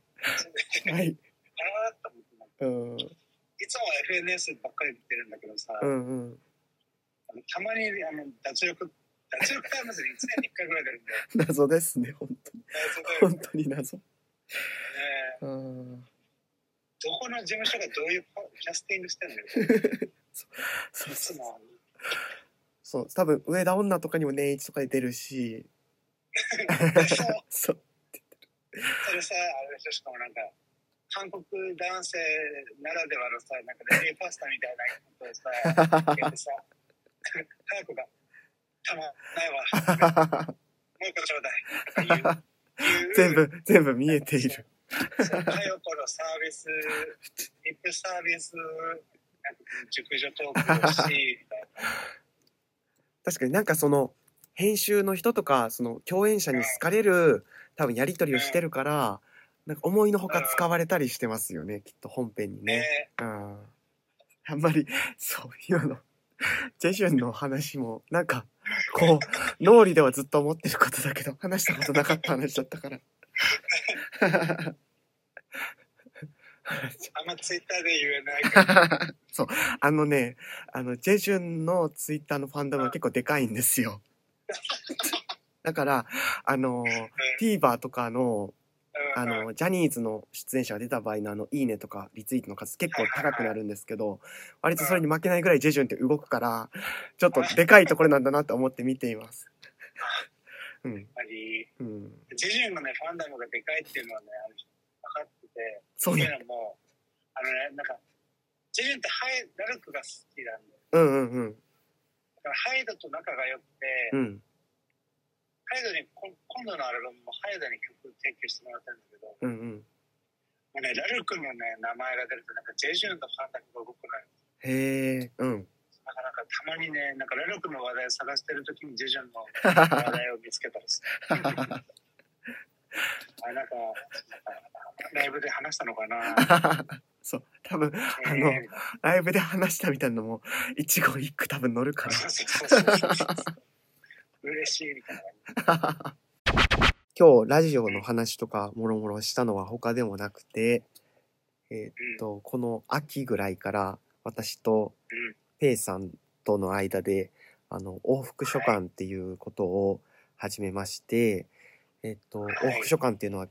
A: あらーっと思って、
B: うん。
A: いつも FNS ばっかり見てるんだけどさ、
B: うんうん。
A: たまにあの脱力、脱力タイムズに1年に1回ぐらい出るんだよ。
B: 謎ですね、本当に。
A: 脱力タイム
B: 本当に
A: ズ
B: 謎。
A: ね、
B: うん。
A: どこの事務所がどういうキャスティングしてんだよ。
B: そう
A: いつ
B: そう。
A: も、
B: そう、多分、上田女とかにも年一とかで出る し、
A: そう
B: そう。
A: それさ、あれでしょ、しかもなんか、韓国男性ならではのさ、なんかレディーパスタみたいなことをさ、やってさ、早くが、たまんないわ、もう一個ちょうだい。とか言う
B: 全。部、全部見えている。
A: そうかよこのサービス、リップサービス、なんか熟女トークをし、みたいな
B: 確かになんかその、編集の人とか、その、共演者に好かれる、多分やりとりをしてるから、なんか思いのほか使われたりしてますよね、きっと本編に ね。
A: ね。
B: うんあんまり、 そう、今の、ジェジュンの話も、なんか、こう、脳裏ではずっと思ってることだけど、話したことなかった話だったから。
A: あんまツイッターで言えないから。
B: そう、あのね、あの、ジェジュンのツイッターのファンダムは結構でかいんですよ。だから、あの、TVer とかの、
A: うん
B: あ
A: うん
B: の、ジャニーズの出演者が出た場合のあの、いいねとか、リツイートの数結構高くなるんですけ ど、割とそれに負けないぐらいジェジュンって動くから、ちょっとでかいところなんだなと思って見てい ます。うん、
A: やっぱり、
B: うん。
A: ジェジュンのね、ファンダムがでかいっていうのはね、あの分かってて、
B: そう
A: って
B: ね。
A: いうのも、あのね、なんか、ジェジュンってハイ、ラルクが好きなんで、
B: うんうんうん。
A: だからハイドと仲が良くて、
B: うん。
A: ハイドにこ、今度のアルバムもハイドに曲提供してもらったんだけど、も
B: うんうん。
A: うね、ラルクのね、名前が出ると、なんかジェジュンのファンダムが動くのよ。
B: へえ。うん。
A: なかなかたまにね、なんかラルクの話題を探してるときにジェジュンの話題を見つけたりして、 あなんか、ライブで話したのかな、
B: そう。多分、あ
A: え
B: の
A: ー
B: ライブで話したみたいなのも、一語一句多分乗るから。
A: そうそうそうそうそう嬉しいみたいな。
B: 今日ラジオの話とかもろもろしたのは他でもなくて、えーっと、この秋ぐらいから私と
A: うん
B: ペイさんとの間で、あの、往復書館っていうことを始めまして、えーっと、
A: い
B: 往復書館っていうのは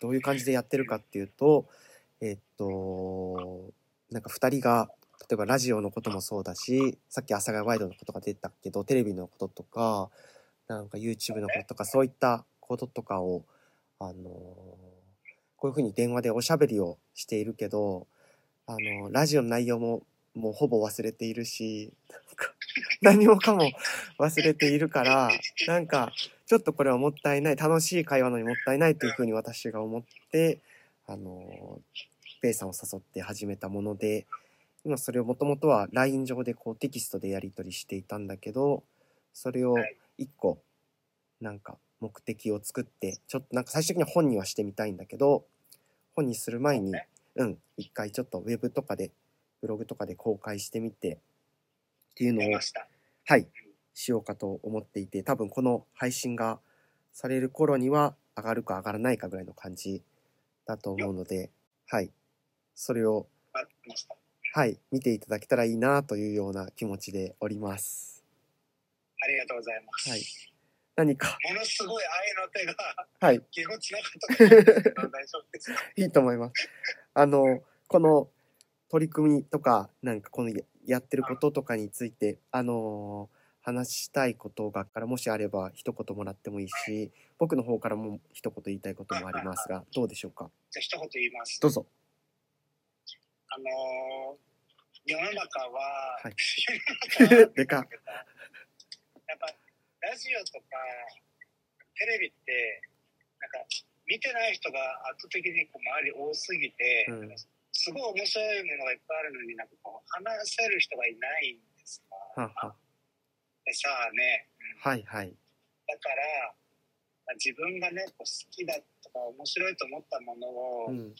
B: どういう感じでやってるかっていうと、えーっと、なんか二人が、例えばラジオのこともそうだし、さっき阿佐ヶ谷ワイドのことが出たけど、テレビのこととか、なんか YouTube のこととか、そういったこととかを、あのーこういうふうに電話でおしゃべりをしているけど、あのーラジオの内容ももうほぼ忘れているし、なんか 何もかも忘れているから、なんかちょっとこれはもったいない、楽しい会話のにもったいないというふうに私が思って、あのーペイさんを誘って始めたもので、今それをもともとは LINE 上でこうテキストでやり取りしていたんだけど、それを一個なんか目的を作ってちょっとなんか最終的には本にはしてみたいんだけど本にする前に
A: そうね
B: うん一回ちょっとウェブとかでブログとかで公開してみてっていうの
A: 出
B: を
A: ました。
B: はいしようかと思っていて多分この配信がされる頃には上がるか上がらないかぐらいの感じだと思うのではいそれを
A: 待ってました。
B: はい見ていただけたらいいなというような気持ちでおります
A: ありがとうございます。
B: はい何か
A: ものすごい愛の手が、
B: はい
A: 気持ちなかったと思うんですけど大丈夫です。
B: いいと思います。あの、この取り組みとか、なんかこのややってることとかについて、あのー話したいことがから、もしあれば一言もらってもいいし、僕の方からも一言言いたいこともありますが、どうでしょうか
A: じゃあ一言言います。
B: どうぞ。
A: あのー、世の中は、
B: はい
A: 世の中は
B: でかっ
A: やっぱ、ラジオとか、テレビって、なんか、見てない人が圧倒的にこう周り多すぎて、
B: うん
A: すごい面白いものがいっぱいあるのになんかこう話せる人がいないんですよ
B: はは
A: でさあね、うん
B: はいはい。
A: だから、まあ自分がねこう好きだとか面白いと思ったものを、
B: うん。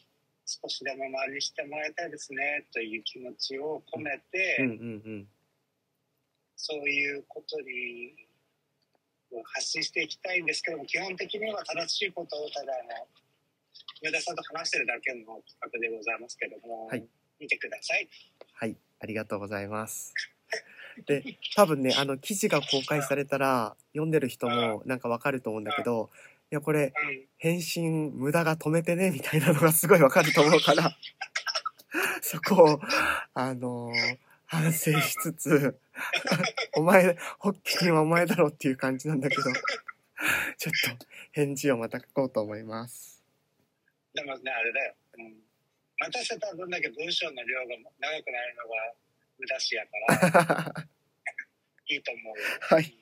A: 少しでも周りにしてもらいたいですねという気持ちを込めて、
B: うんうん
A: そういうことに発信していきたいんですけども基本的には正しいことをただあの上田さんと話してるだけの企画でございますけども、
B: はい
A: 見てください。
B: はいありがとうございますで多分ねあの記事が公開されたら読んでる人もなんかわかると思うんだけどいやこれ
A: うん
B: 返信無駄が止めてねみたいなのがすごいわかると思うから そこをあのー反省しつつ お前ホッキーはお前だろっていう感じなんだけどちょっと返事をまた書こうと思います
A: でもね、あれだよ。うん。待たせた分だけ文章の量が長くなるのが無駄しやか ら、
B: はい
A: いと思うよ。
B: はいっ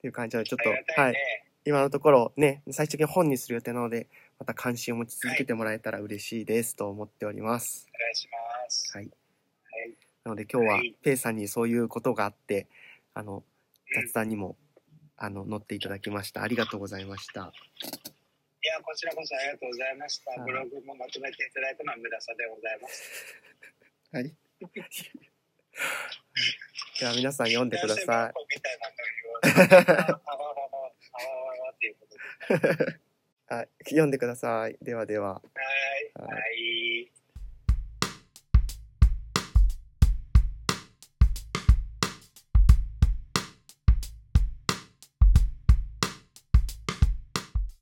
B: ていう感じでちょっ
A: ありが
B: と、
A: た
B: はいい
A: ね。
B: 今のところね最終的に本にする予定なのでまた関心を持ち続けてもらえたら嬉しいですと思っております
A: お願いします。
B: はい
A: はい。
B: なので今日は
A: はい
B: ペイさんにそういうことがあってあの
A: うん
B: 雑談にも、あの、乗っていただきました。ありがとうございました。
A: いや、こちらこそありがとうございました
B: はい。
A: ブログもまとめていただいたのは無駄さでございます。
B: はい。じゃあ皆さん読んでください。
A: い。みたいなのを言われてあわ わわわ、あわわわっていうことで。
B: あ読んでください。ではでは。